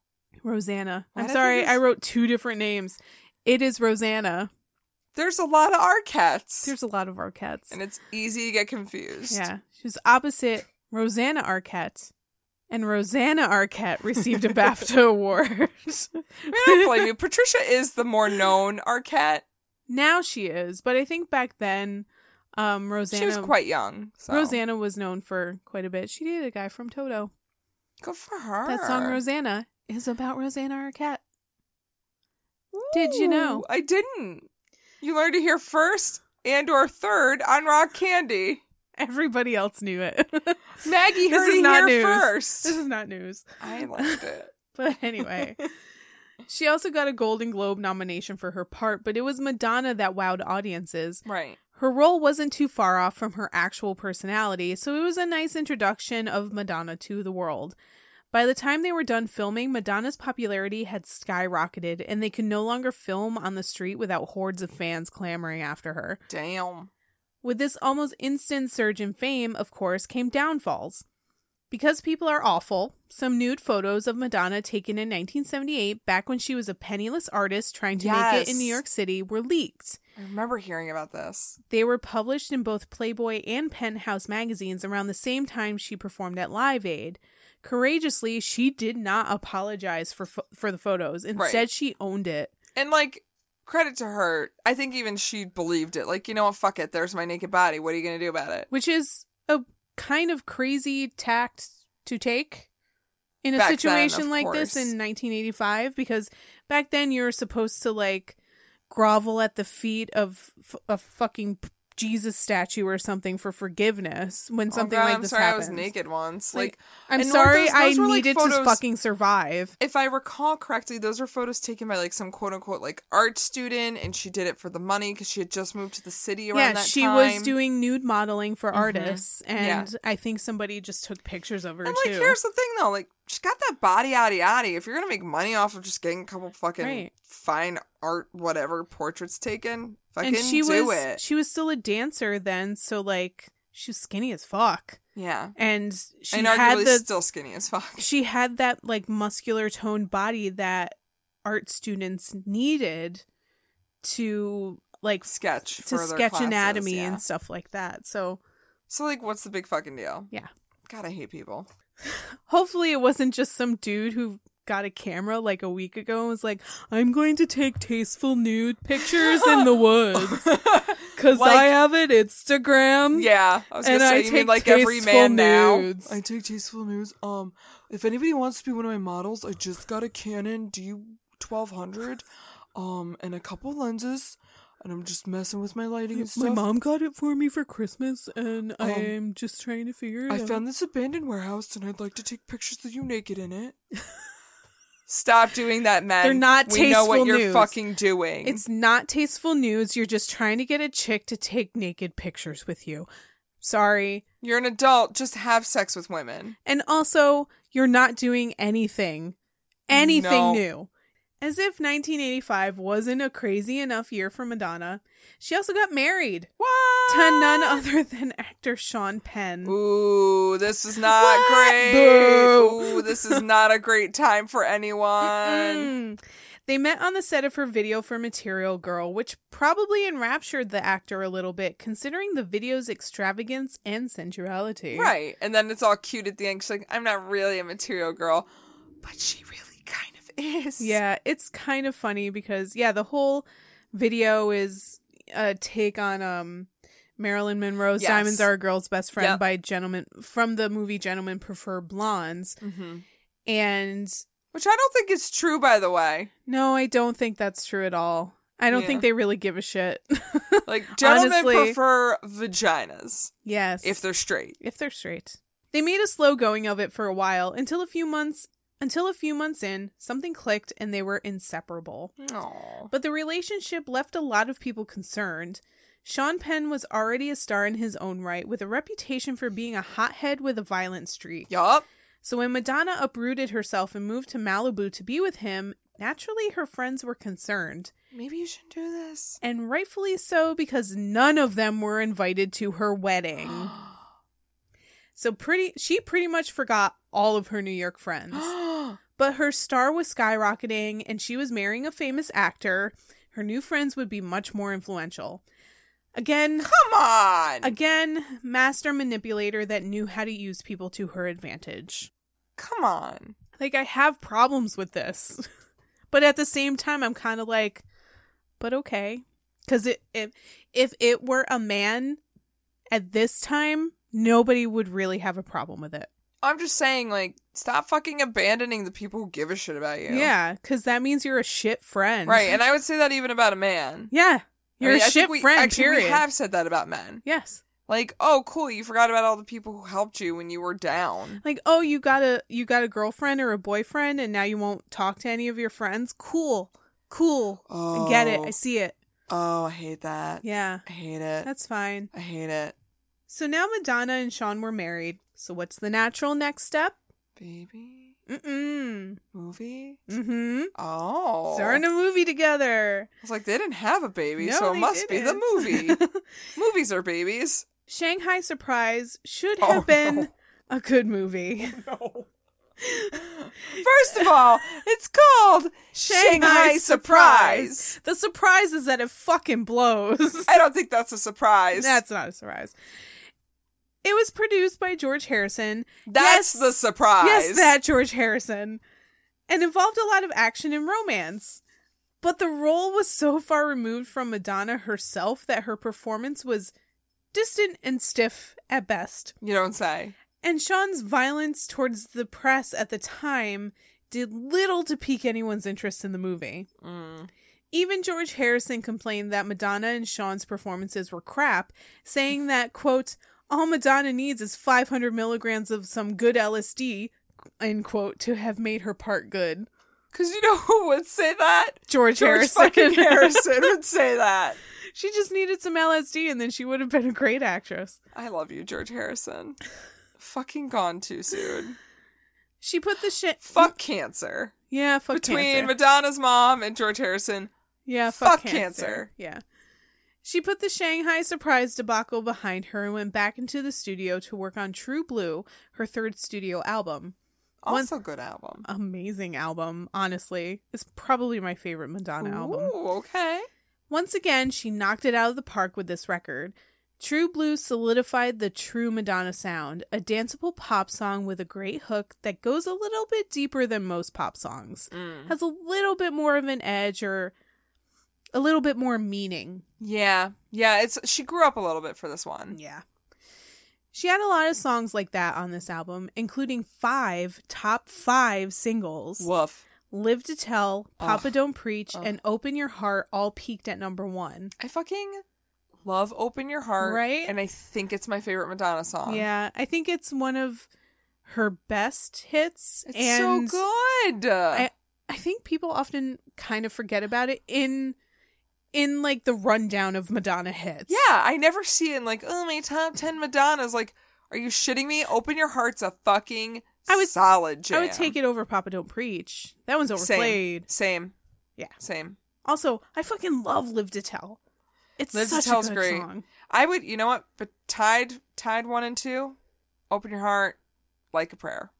[SPEAKER 1] Rosanna.
[SPEAKER 2] Why
[SPEAKER 1] I'm
[SPEAKER 2] did I
[SPEAKER 1] sorry,
[SPEAKER 2] think
[SPEAKER 1] I
[SPEAKER 2] it's-
[SPEAKER 1] wrote two different names. It is Rosanna.
[SPEAKER 2] There's a lot of Arquettes,
[SPEAKER 1] There's a lot of Arquettes.
[SPEAKER 2] and it's easy to get confused. <laughs>
[SPEAKER 1] Yeah, she's opposite Rosanna Arquette, and Rosanna Arquette
[SPEAKER 2] <laughs>
[SPEAKER 1] received a BAFTA award.
[SPEAKER 2] I mean, I blame you. Patricia is the more known Arquette.
[SPEAKER 1] <laughs> now she is, but I think back then, um, Rosanna
[SPEAKER 2] She was quite young. So.
[SPEAKER 1] Rosanna was known for quite a bit. She dated a guy from Toto.
[SPEAKER 2] Good for her.
[SPEAKER 1] That song Rosanna is about Rosanna Arquette. Did you know?
[SPEAKER 2] Ooh, I didn't. You learned to hear first and or third on Rock Candy.
[SPEAKER 1] Everybody else knew
[SPEAKER 2] <laughs>
[SPEAKER 1] it.
[SPEAKER 2] Maggie heard it here first.
[SPEAKER 1] This is not news.
[SPEAKER 2] I loved it.
[SPEAKER 1] <laughs> But anyway, she also got a Golden Globe nomination for her part, but it was Madonna that wowed audiences.
[SPEAKER 2] Right.
[SPEAKER 1] Her role wasn't too far off from her actual personality, so it was a nice introduction of Madonna to the world. By the time they were done filming, Madonna's popularity had skyrocketed, and they could no longer film on the street without hordes of fans clamoring after her.
[SPEAKER 2] Damn.
[SPEAKER 1] With this almost instant surge in fame, of course, came downfalls. Because people are awful, some nude photos of Madonna taken in 1978, back when she was a penniless artist trying to make it in New
[SPEAKER 2] Yes.
[SPEAKER 1] York City, were leaked.
[SPEAKER 2] I remember hearing about this.
[SPEAKER 1] They were published in both Playboy and Penthouse magazines around the same time she performed at Live Aid. Courageously, she did not apologize for pho- for the photos. Instead,
[SPEAKER 2] Right.
[SPEAKER 1] she owned it.
[SPEAKER 2] And like credit to her, I think even she believed it. Like, you know what, fuck it, there's my naked body. What are you gonna do about it?
[SPEAKER 1] which is a kind of crazy tact to take in a
[SPEAKER 2] Back then,
[SPEAKER 1] situation
[SPEAKER 2] of
[SPEAKER 1] like this
[SPEAKER 2] course.
[SPEAKER 1] in 1985 because back then you're supposed to like grovel at the feet of f- a fucking p- Jesus statue or something for forgiveness when
[SPEAKER 2] Oh,
[SPEAKER 1] something
[SPEAKER 2] God,
[SPEAKER 1] like
[SPEAKER 2] I'm
[SPEAKER 1] this
[SPEAKER 2] sorry
[SPEAKER 1] happens.
[SPEAKER 2] I was naked once.
[SPEAKER 1] Like,
[SPEAKER 2] Like,
[SPEAKER 1] I'm
[SPEAKER 2] and weren't
[SPEAKER 1] sorry
[SPEAKER 2] those-
[SPEAKER 1] I
[SPEAKER 2] those were, like,
[SPEAKER 1] needed to
[SPEAKER 2] photos-
[SPEAKER 1] fucking survive.
[SPEAKER 2] if I recall correctly, those were photos taken by like some quote unquote like art student, and she did it for the money because she had just moved to the city around
[SPEAKER 1] Yeah,
[SPEAKER 2] that
[SPEAKER 1] she
[SPEAKER 2] time. Mm-hmm.
[SPEAKER 1] was doing nude modeling for artists, and
[SPEAKER 2] Yeah.
[SPEAKER 1] I think somebody just took pictures of her
[SPEAKER 2] And
[SPEAKER 1] too.
[SPEAKER 2] like, here's the thing though, like she's got that body, yada yada. If you're gonna make money off of just getting a couple fucking
[SPEAKER 1] Right.
[SPEAKER 2] fine art, whatever portraits taken, fucking
[SPEAKER 1] and she
[SPEAKER 2] do
[SPEAKER 1] was
[SPEAKER 2] it.
[SPEAKER 1] she was still a dancer then, so like she was skinny as fuck,
[SPEAKER 2] yeah,
[SPEAKER 1] and she
[SPEAKER 2] and
[SPEAKER 1] had
[SPEAKER 2] arguably
[SPEAKER 1] the
[SPEAKER 2] still skinny as fuck.
[SPEAKER 1] she had that like muscular toned body that art students needed to like
[SPEAKER 2] sketch
[SPEAKER 1] to
[SPEAKER 2] for their
[SPEAKER 1] sketch
[SPEAKER 2] classes,
[SPEAKER 1] anatomy
[SPEAKER 2] yeah.
[SPEAKER 1] and stuff like that. So
[SPEAKER 2] So like, what's the big fucking deal?
[SPEAKER 1] Yeah.
[SPEAKER 2] God, I hate people.
[SPEAKER 1] hopefully it wasn't just some dude who got a camera like a week ago and was like, I'm going to take tasteful nude pictures
[SPEAKER 2] <laughs>
[SPEAKER 1] in the woods because
[SPEAKER 2] Like-
[SPEAKER 1] I have an Instagram.
[SPEAKER 2] Yeah, I was
[SPEAKER 1] Mm-hmm. And
[SPEAKER 2] gonna say
[SPEAKER 1] I
[SPEAKER 2] you mean
[SPEAKER 1] take
[SPEAKER 2] like every
[SPEAKER 1] tasteful
[SPEAKER 2] man
[SPEAKER 1] nudes.
[SPEAKER 2] now. I take tasteful nudes. Um, if anybody wants to be one of my models, I just got a Canon D twelve hundred, um, and a couple lenses, and I'm just messing with my lighting and
[SPEAKER 1] <laughs> My
[SPEAKER 2] stuff.
[SPEAKER 1] mom got it for me for Christmas, and I
[SPEAKER 2] Um,
[SPEAKER 1] am just trying to figure it
[SPEAKER 2] I
[SPEAKER 1] out.
[SPEAKER 2] found this abandoned warehouse, and I'd like to take pictures of you naked in
[SPEAKER 1] <laughs>
[SPEAKER 2] it. Stop doing that, man.
[SPEAKER 1] They're not
[SPEAKER 2] We know what
[SPEAKER 1] tasteful
[SPEAKER 2] you're
[SPEAKER 1] nudes.
[SPEAKER 2] fucking doing.
[SPEAKER 1] It's not tasteful news. You're just trying to get a chick to take naked pictures with you. Sorry.
[SPEAKER 2] you're an adult. Just have sex with women.
[SPEAKER 1] And also, you're not doing anything, anything
[SPEAKER 2] No.
[SPEAKER 1] new. As if 1985 wasn't a crazy enough year for Madonna, she also got married
[SPEAKER 2] What?
[SPEAKER 1] to none other than actor Sean
[SPEAKER 2] Mm.
[SPEAKER 1] Penn.
[SPEAKER 2] Ooh, this is not
[SPEAKER 1] What?
[SPEAKER 2] great.
[SPEAKER 1] Boo.
[SPEAKER 2] Ooh, this is not a great time for anyone.
[SPEAKER 1] Mm. <laughs> They met on the set of her video for Material Girl, which probably enraptured the actor a little bit, considering the video's extravagance and sensuality.
[SPEAKER 2] Right. And then it's all cute at the end. She's like, I'm not really a material girl, but she really kind of is.
[SPEAKER 1] Yeah, it's kind of funny because yeah, the whole video is a take on um Marilyn Monroe's
[SPEAKER 2] Yes.
[SPEAKER 1] Diamonds Are a Girl's Best Friend
[SPEAKER 2] Yep.
[SPEAKER 1] by Gentlemen from the movie Gentlemen Prefer Blondes.
[SPEAKER 2] hmm
[SPEAKER 1] And
[SPEAKER 2] Which I don't think is true, by the way.
[SPEAKER 1] no, I don't think that's true at all. I don't
[SPEAKER 2] Yeah.
[SPEAKER 1] think they really give a shit. <laughs>
[SPEAKER 2] Like, gentlemen
[SPEAKER 1] Honestly.
[SPEAKER 2] prefer vaginas
[SPEAKER 1] yes.
[SPEAKER 2] if they're straight.
[SPEAKER 1] if they're straight. They made a slow going of it for a while until a few months until a few months in, something clicked and they were inseparable.
[SPEAKER 2] Aww.
[SPEAKER 1] But the relationship left a lot of people concerned. Sean Penn was already a star in his own right, with a reputation for being a hothead with a violent streak.
[SPEAKER 2] Yup.
[SPEAKER 1] So when Madonna uprooted herself and moved to Malibu to be with him, naturally her friends were concerned.
[SPEAKER 2] Maybe you shouldn't do <gasps> this.
[SPEAKER 1] And rightfully so, because none of them were invited to her wedding. So pretty she pretty much forgot all of her New York
[SPEAKER 2] <gasps>
[SPEAKER 1] friends. But her star was skyrocketing and she was marrying a famous actor. Her new friends would be much more influential. Again,
[SPEAKER 2] Come on.
[SPEAKER 1] again, master manipulator that knew how to use people to her advantage.
[SPEAKER 2] Come on.
[SPEAKER 1] Like I have problems with this. <laughs> but at the same time I'm kind of like but okay. Cuz it, if if it were a man at this time, nobody would really have a problem with it.
[SPEAKER 2] I'm just saying, like, stop fucking abandoning the people who give a shit about you.
[SPEAKER 1] Yeah, because that means you're a shit friend.
[SPEAKER 2] Right. And I would say that even about a man.
[SPEAKER 1] <laughs> yeah. You're
[SPEAKER 2] I mean,
[SPEAKER 1] a
[SPEAKER 2] I
[SPEAKER 1] shit
[SPEAKER 2] think we,
[SPEAKER 1] friend,
[SPEAKER 2] Actually,
[SPEAKER 1] period.
[SPEAKER 2] we have said that about men.
[SPEAKER 1] yes.
[SPEAKER 2] Like, oh, cool, you forgot about all the people who helped you when you were down.
[SPEAKER 1] Like, oh, you got a you got a girlfriend or a boyfriend and now you won't talk to any of your friends? Cool. Cool. I get it.
[SPEAKER 2] Oh.
[SPEAKER 1] I see it.
[SPEAKER 2] Oh, I hate that.
[SPEAKER 1] Yeah.
[SPEAKER 2] I hate it.
[SPEAKER 1] That's fine.
[SPEAKER 2] I hate it.
[SPEAKER 1] So now Madonna and Sean were married. So what's the natural next step?
[SPEAKER 2] Baby
[SPEAKER 1] Mm-mm.
[SPEAKER 2] movie.
[SPEAKER 1] Mm-hmm.
[SPEAKER 2] Oh,
[SPEAKER 1] Starting a movie together.
[SPEAKER 2] I was like, they didn't have a baby,
[SPEAKER 1] No,
[SPEAKER 2] so it
[SPEAKER 1] they
[SPEAKER 2] must be the
[SPEAKER 1] didn't. <laughs>
[SPEAKER 2] movie. Movies are babies.
[SPEAKER 1] Shanghai Surprise should
[SPEAKER 2] Oh,
[SPEAKER 1] have been
[SPEAKER 2] no.
[SPEAKER 1] a good movie. <laughs>
[SPEAKER 2] First of all, it's called
[SPEAKER 1] Shanghai
[SPEAKER 2] Shanghai,
[SPEAKER 1] Surprise.
[SPEAKER 2] Surprise.
[SPEAKER 1] The surprise is that it fucking
[SPEAKER 2] <laughs>
[SPEAKER 1] blows.
[SPEAKER 2] I don't think that's a surprise.
[SPEAKER 1] That's not a surprise. It was produced by George Harrison.
[SPEAKER 2] That's
[SPEAKER 1] Yes.
[SPEAKER 2] the surprise.
[SPEAKER 1] Yes, that George Harrison. And involved a lot of action and romance. But the role was so far removed from Madonna herself that her performance was distant and stiff at best.
[SPEAKER 2] You don't say.
[SPEAKER 1] And Sean's violence towards the press at the time did little to pique anyone's interest in the movie.
[SPEAKER 2] Mm.
[SPEAKER 1] Even George Harrison complained that Madonna and Sean's performances were crap, saying that, quote, all Madonna needs is 500 milligrams of some good LSD, end quote, to have made her part good.
[SPEAKER 2] Cause you know who would say that?
[SPEAKER 1] George,
[SPEAKER 2] George
[SPEAKER 1] Harrison. <laughs>
[SPEAKER 2] fucking Harrison would say that.
[SPEAKER 1] she just needed some LSD and then she would have been a great actress.
[SPEAKER 2] I love you, George Harrison. Fucking gone too soon.
[SPEAKER 1] She put the shit.
[SPEAKER 2] Fuck cancer.
[SPEAKER 1] Yeah, fuck
[SPEAKER 2] Between
[SPEAKER 1] cancer.
[SPEAKER 2] Madonna's mom and George Harrison.
[SPEAKER 1] Yeah, fuck,
[SPEAKER 2] Fuck
[SPEAKER 1] cancer.
[SPEAKER 2] cancer.
[SPEAKER 1] Yeah. She put the Shanghai surprise debacle behind her and went back into the studio to work on True Blue, her third studio album.
[SPEAKER 2] Also good album.
[SPEAKER 1] Amazing album, honestly. It's probably my favorite Madonna album.
[SPEAKER 2] Ooh, okay.
[SPEAKER 1] Once again, she knocked it out of the park with this record. True Blue solidified the true Madonna sound, a danceable pop song with a great hook that goes a little bit deeper than most pop songs, has a little bit more of an edge or a little bit more meaning.
[SPEAKER 2] Yeah. Yeah. It's she grew up a little bit for this one.
[SPEAKER 1] Yeah. She had a lot of songs like that on this album, including five top five singles.
[SPEAKER 2] Woof.
[SPEAKER 1] Live to Tell, Papa Don't Preach, and Open Your Heart all peaked at number one.
[SPEAKER 2] I fucking love Open Your Heart.
[SPEAKER 1] Right?
[SPEAKER 2] And I think it's my favorite Madonna song.
[SPEAKER 1] Yeah, I think it's one of her best hits.
[SPEAKER 2] It's
[SPEAKER 1] and
[SPEAKER 2] so good.
[SPEAKER 1] I, I think people often kind of forget about it in in like the rundown of Madonna hits.
[SPEAKER 2] yeah. I never see it in like, oh, my top 10 Madonnas. Like, are you shitting me? Open Your Heart's a fucking
[SPEAKER 1] I would-
[SPEAKER 2] solid jam.
[SPEAKER 1] I would take it over Papa Don't Preach. That one's
[SPEAKER 2] Same.
[SPEAKER 1] overplayed.
[SPEAKER 2] Same.
[SPEAKER 1] Yeah.
[SPEAKER 2] Same.
[SPEAKER 1] Also, I fucking love Live to Tell. It's
[SPEAKER 2] Live to
[SPEAKER 1] such
[SPEAKER 2] Tell's
[SPEAKER 1] a good
[SPEAKER 2] great.
[SPEAKER 1] song.
[SPEAKER 2] I would, you know what? But tied, tied one and two, Open Your Heart, Like a Prayer.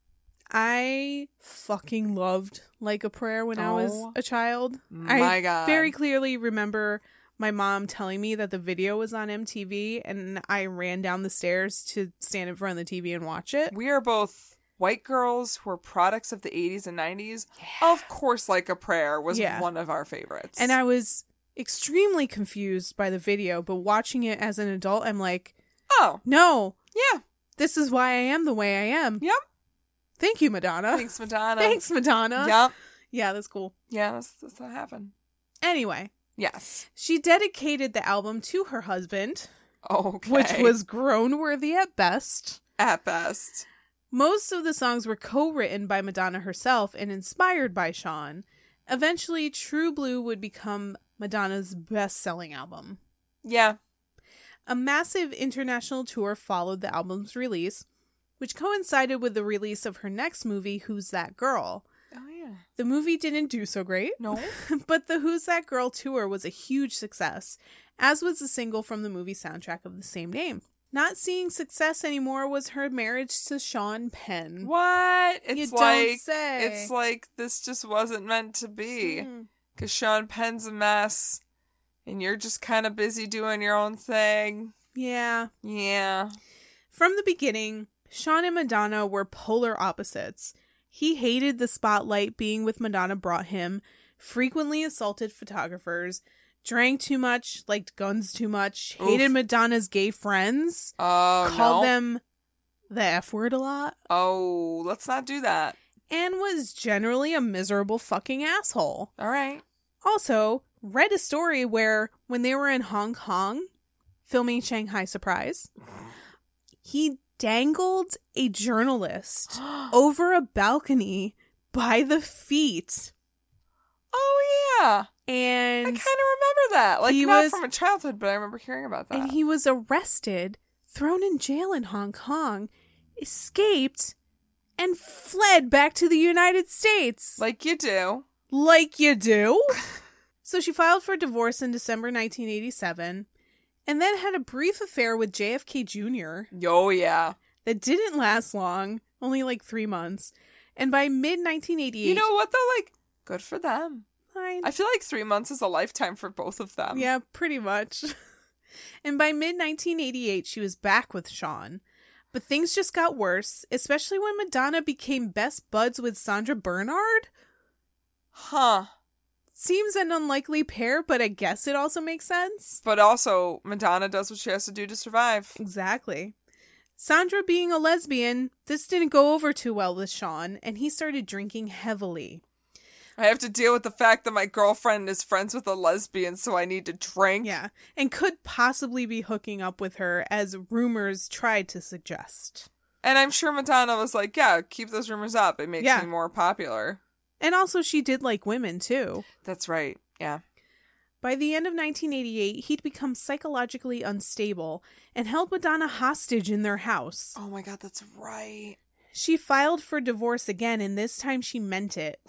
[SPEAKER 1] I fucking loved Like a Prayer when I was
[SPEAKER 2] Oh.
[SPEAKER 1] a child. I
[SPEAKER 2] My God.
[SPEAKER 1] very clearly remember my mom telling me that the video was on MTV and I ran down the stairs to stand in front of the TV and watch it.
[SPEAKER 2] We are both white girls who are products of the 80s and 90s. Of course, Like a Prayer was
[SPEAKER 1] Yeah.
[SPEAKER 2] one of our favorites.
[SPEAKER 1] And I was extremely confused by the video, but watching it as an adult, I'm like,
[SPEAKER 2] Oh,
[SPEAKER 1] no,
[SPEAKER 2] yeah.
[SPEAKER 1] this is why I am the way I am.
[SPEAKER 2] Yep.
[SPEAKER 1] Thank you, Madonna.
[SPEAKER 2] Thanks, Madonna.
[SPEAKER 1] Uh, Thanks, Madonna.
[SPEAKER 2] Yep.
[SPEAKER 1] Yeah, that's cool.
[SPEAKER 2] Yeah, that's, that's what happened.
[SPEAKER 1] Anyway,
[SPEAKER 2] Yes.
[SPEAKER 1] she dedicated the album to her husband,
[SPEAKER 2] Okay.
[SPEAKER 1] which was groan worthy at best.
[SPEAKER 2] at best.
[SPEAKER 1] Most of the songs were co written by Madonna herself and inspired by Sean. Eventually, True Blue would become Madonna's best selling album.
[SPEAKER 2] Yeah.
[SPEAKER 1] A massive international tour followed the album's release, which coincided with the release of her next movie, Who's That Girl?
[SPEAKER 2] Oh, yeah.
[SPEAKER 1] The movie didn't do so great, <laughs>
[SPEAKER 2] No.
[SPEAKER 1] but the Who's That Girl tour was a huge success, as was the single from the movie soundtrack of the same name. Not seeing success anymore was her marriage to Sean Penn.
[SPEAKER 2] What? It's
[SPEAKER 1] You don't
[SPEAKER 2] like
[SPEAKER 1] say.
[SPEAKER 2] it's like this just wasn't meant to be.
[SPEAKER 1] Mm.
[SPEAKER 2] Cause Sean Penn's a mess, and you're just kind of busy doing your own thing.
[SPEAKER 1] Yeah.
[SPEAKER 2] Yeah.
[SPEAKER 1] From the beginning, Sean and Madonna were polar opposites. He hated the spotlight being with Madonna brought him, frequently assaulted photographers, drank too much, liked guns too much, hated
[SPEAKER 2] Oof.
[SPEAKER 1] Madonna's gay friends,
[SPEAKER 2] Oh
[SPEAKER 1] called
[SPEAKER 2] no.
[SPEAKER 1] them the F word a lot,
[SPEAKER 2] oh, let's not do that.
[SPEAKER 1] and was generally a miserable fucking asshole.
[SPEAKER 2] All right.
[SPEAKER 1] Also, read a story where when they were in Hong Kong filming Shanghai Surprise, he dangled a
[SPEAKER 2] <gasps>
[SPEAKER 1] journalist over a balcony by the feet.
[SPEAKER 2] Oh yeah. I
[SPEAKER 1] And
[SPEAKER 2] kind of remember that. Like
[SPEAKER 1] He
[SPEAKER 2] not
[SPEAKER 1] was-
[SPEAKER 2] from a childhood, but I remember hearing about that.
[SPEAKER 1] and he was arrested, thrown in jail in Hong Kong, escaped and fled back to the United States.
[SPEAKER 2] like you do.
[SPEAKER 1] Like you
[SPEAKER 2] <laughs>
[SPEAKER 1] do. so she filed for divorce in December 1987 and then had a brief affair with JFK Jr.
[SPEAKER 2] Oh yeah.
[SPEAKER 1] that didn't last long, only like three months. And by mid 1988,
[SPEAKER 2] You know what though? Like good for them.
[SPEAKER 1] I-
[SPEAKER 2] I feel like three months is a lifetime for both of them.
[SPEAKER 1] yeah, pretty much. <laughs> and by mid 1988, she was back with Sean. But things just got worse, especially when Madonna became best buds with Sandra Bernard.
[SPEAKER 2] Huh.
[SPEAKER 1] Seems an unlikely pair, but I guess it also makes sense.
[SPEAKER 2] But also, Madonna does what she has to do to survive.
[SPEAKER 1] Exactly. Sandra being a lesbian, this didn't go over too well with Sean, and he started drinking heavily.
[SPEAKER 2] I have to deal with the fact that my girlfriend is friends with a lesbian, so I need to drink.
[SPEAKER 1] Yeah, and could possibly be hooking up with her, as rumors tried to suggest.
[SPEAKER 2] And I'm sure Madonna was like, yeah, keep those rumors up. It makes
[SPEAKER 1] Yeah.
[SPEAKER 2] me more popular.
[SPEAKER 1] And also, she did like women too.
[SPEAKER 2] That's right. Yeah.
[SPEAKER 1] By the end of 1988, he'd become psychologically unstable and held Madonna hostage in their house.
[SPEAKER 2] Oh my God, that's right. <gasps>
[SPEAKER 1] She filed for divorce again, and this time she meant it.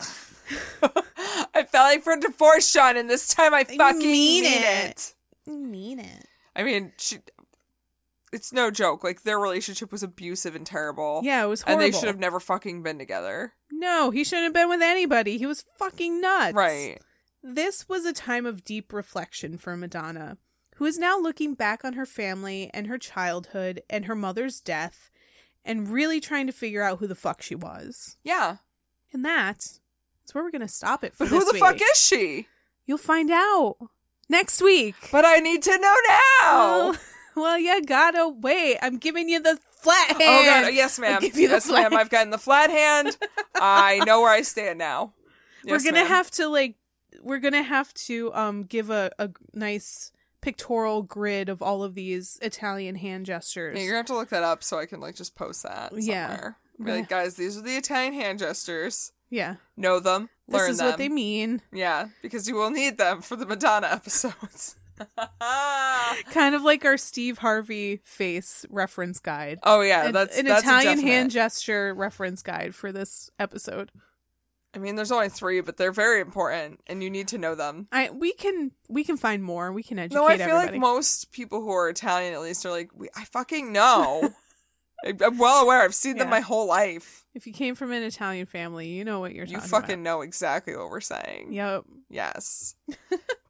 [SPEAKER 2] I felt like for divorce, Sean, and this time I fucking
[SPEAKER 1] mean
[SPEAKER 2] mean it.
[SPEAKER 1] it. mean it.
[SPEAKER 2] I mean, she. It's no joke. Like their relationship was abusive and terrible.
[SPEAKER 1] Yeah, it was
[SPEAKER 2] and
[SPEAKER 1] horrible.
[SPEAKER 2] they should have never fucking been together.
[SPEAKER 1] No, he shouldn't have been with anybody. He was fucking nuts.
[SPEAKER 2] Right.
[SPEAKER 1] This was a time of deep reflection for Madonna, who is now looking back on her family and her childhood and her mother's death and really trying to figure out who the fuck she was.
[SPEAKER 2] Yeah.
[SPEAKER 1] And that is where we're going to stop it for
[SPEAKER 2] But <laughs> who
[SPEAKER 1] this
[SPEAKER 2] the fuck
[SPEAKER 1] week.
[SPEAKER 2] is she?
[SPEAKER 1] You'll find out next week.
[SPEAKER 2] But I need to know now.
[SPEAKER 1] Well, <laughs> well, you gotta wait. I'm giving you the flat
[SPEAKER 2] Oh
[SPEAKER 1] hand.
[SPEAKER 2] god, yes, ma'am.
[SPEAKER 1] give you the
[SPEAKER 2] Yes, ma'am.
[SPEAKER 1] flag.
[SPEAKER 2] I've gotten the flat hand.
[SPEAKER 1] <laughs>
[SPEAKER 2] I know where I stand now. Yes,
[SPEAKER 1] we're gonna
[SPEAKER 2] ma'am.
[SPEAKER 1] have to like we're gonna have to um give a, a nice pictorial grid of all of these Italian hand gestures.
[SPEAKER 2] Yeah, you're gonna have to look that up so I can like just post that. Somewhere.
[SPEAKER 1] Yeah.
[SPEAKER 2] Be like, guys, these are the Italian hand gestures.
[SPEAKER 1] yeah.
[SPEAKER 2] Know them.
[SPEAKER 1] This
[SPEAKER 2] Learn
[SPEAKER 1] is
[SPEAKER 2] them.
[SPEAKER 1] what they mean. <laughs>
[SPEAKER 2] Yeah, because you will need them for the Madonna
[SPEAKER 1] <laughs>
[SPEAKER 2] <laughs> episodes. oh
[SPEAKER 1] Kind of like our Steve Harvey face reference guide.
[SPEAKER 2] Oh, yeah,
[SPEAKER 1] An-
[SPEAKER 2] that's
[SPEAKER 1] an
[SPEAKER 2] that's a
[SPEAKER 1] Italian
[SPEAKER 2] definite.
[SPEAKER 1] hand gesture reference guide for this episode.
[SPEAKER 2] I mean, there's only three, but they're very important, and you need to know them.
[SPEAKER 1] I we can we can find more. We can educate
[SPEAKER 2] No, I feel
[SPEAKER 1] everybody.
[SPEAKER 2] like most people who are Italian, at least, are like, we, I
[SPEAKER 1] <laughs>
[SPEAKER 2] fucking know. I- I'm well aware. I've seen them
[SPEAKER 1] Yeah.
[SPEAKER 2] my whole life.
[SPEAKER 1] if you came from an Italian family, you know what you're
[SPEAKER 2] You
[SPEAKER 1] talking
[SPEAKER 2] fucking know exactly what we're saying.
[SPEAKER 1] about. Yep. <laughs>
[SPEAKER 2] Yes.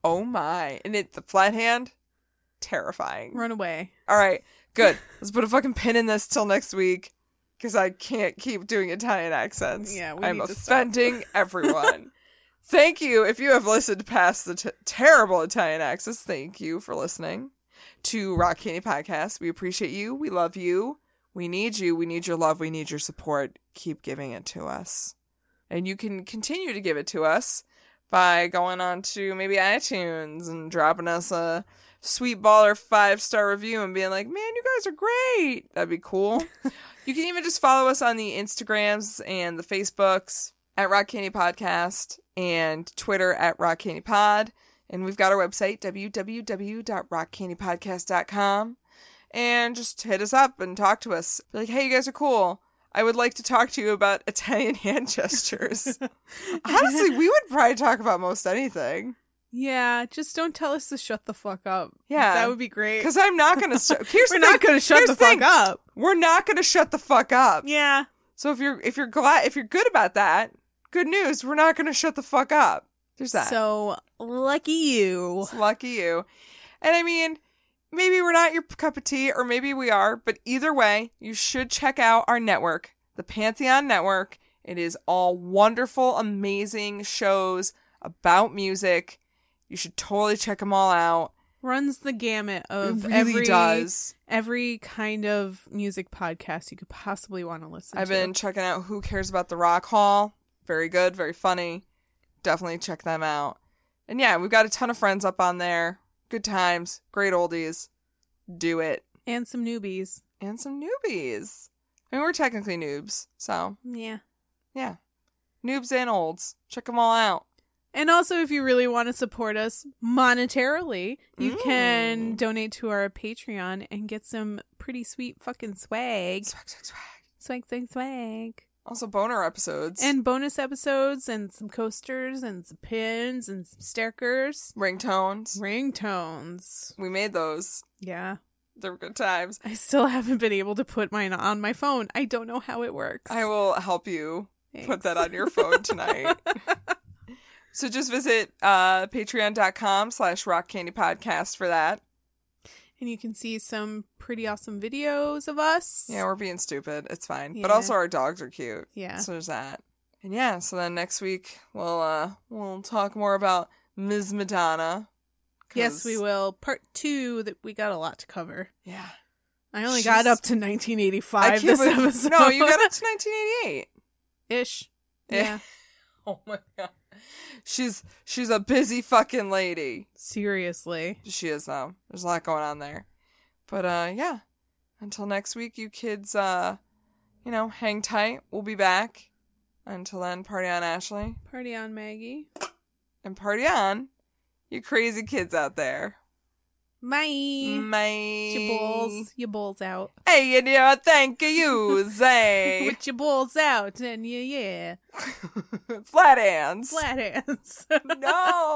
[SPEAKER 2] oh my! And it the flat hand, terrifying.
[SPEAKER 1] Run away.
[SPEAKER 2] All right, good. Let's put a fucking pin in this till next week because I can't keep doing Italian accents.
[SPEAKER 1] Yeah, we
[SPEAKER 2] I'm
[SPEAKER 1] need to stop.
[SPEAKER 2] offending
[SPEAKER 1] <laughs>
[SPEAKER 2] everyone. Thank you if you have listened past the t- terrible Italian accents. Thank you for listening to Rock Candy Podcast. We appreciate you. We love you. We need you. We need your love. We need your support. Keep giving it to us. And you can continue to give it to us by going on to maybe iTunes and dropping us a sweet baller five star review and being like, man, you guys are great. That'd be cool. you can even just follow us on the Instagrams and the Facebooks at Rock Candy Podcast and Twitter at Rock Candy Pod. And we've got our website, www.rockcandypodcast.com. And just hit us up and talk to us. Be like, hey, you guys are cool. I would like to talk to you about <laughs> Italian hand gestures. Honestly, we would probably talk about most anything.
[SPEAKER 1] Yeah, just don't tell us to shut the fuck up.
[SPEAKER 2] Yeah.
[SPEAKER 1] that would be
[SPEAKER 2] <laughs>
[SPEAKER 1] great.
[SPEAKER 2] Because I'm not going to. St-
[SPEAKER 1] <laughs>
[SPEAKER 2] here's
[SPEAKER 1] we're
[SPEAKER 2] the
[SPEAKER 1] not
[SPEAKER 2] thing-
[SPEAKER 1] going to shut
[SPEAKER 2] here's
[SPEAKER 1] the fuck
[SPEAKER 2] thing.
[SPEAKER 1] up.
[SPEAKER 2] We're not going to shut the fuck up.
[SPEAKER 1] Yeah,
[SPEAKER 2] So if you're if you're glad if you're good about that, good news. We're not going to shut the fuck up. There's that.
[SPEAKER 1] so lucky you.
[SPEAKER 2] It's lucky you. And I mean, maybe we're not your cup of tea, or maybe we are, but either way, you should check out our network, the Pantheon Network. It is all wonderful, amazing shows about music. You should totally check them all out.
[SPEAKER 1] Runs the gamut of
[SPEAKER 2] it really
[SPEAKER 1] every
[SPEAKER 2] does.
[SPEAKER 1] every kind of music podcast you could possibly want to listen.
[SPEAKER 2] I've
[SPEAKER 1] to.
[SPEAKER 2] been checking out Who Cares About the Rock Hall. Very good, very funny. Definitely check them out. And yeah, we've got a ton of friends up on there. Good times, great oldies. Do it.
[SPEAKER 1] and some newbies.
[SPEAKER 2] And some newbies. I mean, we're technically noobs, so
[SPEAKER 1] Yeah.
[SPEAKER 2] yeah. Noobs and olds. Check them all out.
[SPEAKER 1] And also, if you really want to support us monetarily, you can
[SPEAKER 2] Mm.
[SPEAKER 1] donate to our Patreon and get some pretty sweet fucking swag.
[SPEAKER 2] Swag, swag, swag.
[SPEAKER 1] Swag, swag, swag.
[SPEAKER 2] Also, boner episodes
[SPEAKER 1] and bonus episodes and some coasters and some pins and some stickers
[SPEAKER 2] ringtones.
[SPEAKER 1] ringtones
[SPEAKER 2] We made those.
[SPEAKER 1] yeah
[SPEAKER 2] They were good times.
[SPEAKER 1] i still haven't been able to put mine on my phone i don't know how it works
[SPEAKER 2] I will help you put
[SPEAKER 1] Thanks.
[SPEAKER 2] that on your
[SPEAKER 1] <laughs>
[SPEAKER 2] phone tonight. so just visit uh, patreon.com slash rock candy podcast for that.
[SPEAKER 1] and you can see some pretty awesome videos of us
[SPEAKER 2] Yeah, we're being stupid. It's fine. But
[SPEAKER 1] Yeah.
[SPEAKER 2] also our dogs are cute.
[SPEAKER 1] Yeah.
[SPEAKER 2] So there's that. And yeah, so then next week we'll uh we'll talk more about Ms. Madonna. 'Cause-
[SPEAKER 1] yes we will part two that we got a lot to cover
[SPEAKER 2] Yeah.
[SPEAKER 1] i only
[SPEAKER 2] She's-
[SPEAKER 1] got up to 1985 this
[SPEAKER 2] believe-
[SPEAKER 1] episode
[SPEAKER 2] No, you Eh. got it to nineteen eighty eight.
[SPEAKER 1] <laughs> ish
[SPEAKER 2] Yeah.
[SPEAKER 1] yeah
[SPEAKER 2] Oh my god. She's she's a busy fucking lady.
[SPEAKER 1] seriously
[SPEAKER 2] she is though. There's a lot going on there. But uh yeah. Until next week, you kids uh you know, hang tight. We'll be back. Until then, party on Ashley.
[SPEAKER 1] party on maggie
[SPEAKER 2] And party on, you crazy kids out there.
[SPEAKER 1] bye
[SPEAKER 2] My
[SPEAKER 1] your balls your balls out
[SPEAKER 2] Hey you know,
[SPEAKER 1] <laughs>
[SPEAKER 2] thank you, Zay.
[SPEAKER 1] with your balls out and yeah, yeah,
[SPEAKER 2] Flat hands.
[SPEAKER 1] flat hands. <laughs>
[SPEAKER 2] No.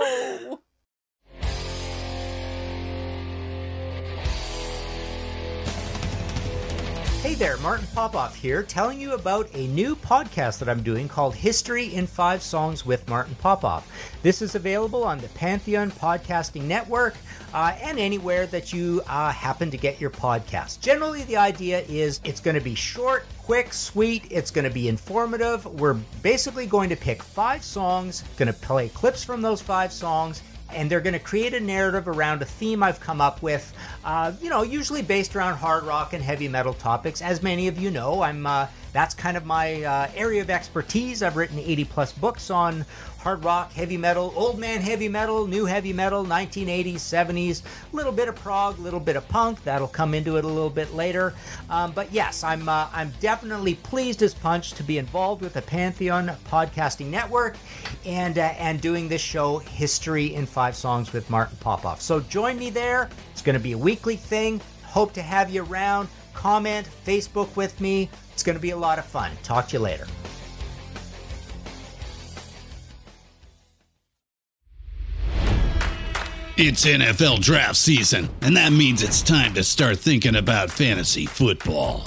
[SPEAKER 3] Hey there, Martin Popoff here, telling you about a new podcast that I'm doing called History in Five Songs with Martin Popoff. This is available on the Pantheon Podcasting Network uh, and anywhere that you uh, happen to get your podcast. Generally, the idea is it's going to be short, quick, sweet, it's going to be informative. We're basically going to pick five songs, going to play clips from those five songs, and they're going to create a narrative around a theme I've come up with, uh, you know, usually based around hard rock and heavy metal topics. As many of you know, I'm uh, that's kind of my uh, area of expertise. I've written 80 plus books on hard rock, heavy metal, old man heavy metal, new heavy metal, 1980s, 70s, a little bit of prog, a little bit of punk. That'll come into it a little bit later. Um, but yes, I'm uh, I'm definitely pleased as punch to be involved with the Pantheon Podcasting Network and uh, and doing this show, History in Five Songs with Martin Popoff. So join me there. It's going to be a weekly thing. Hope to have you around. Comment, Facebook with me. It's going to be a lot of fun. Talk to you later.
[SPEAKER 4] It's NFL draft season, and that means it's time to start thinking about fantasy football.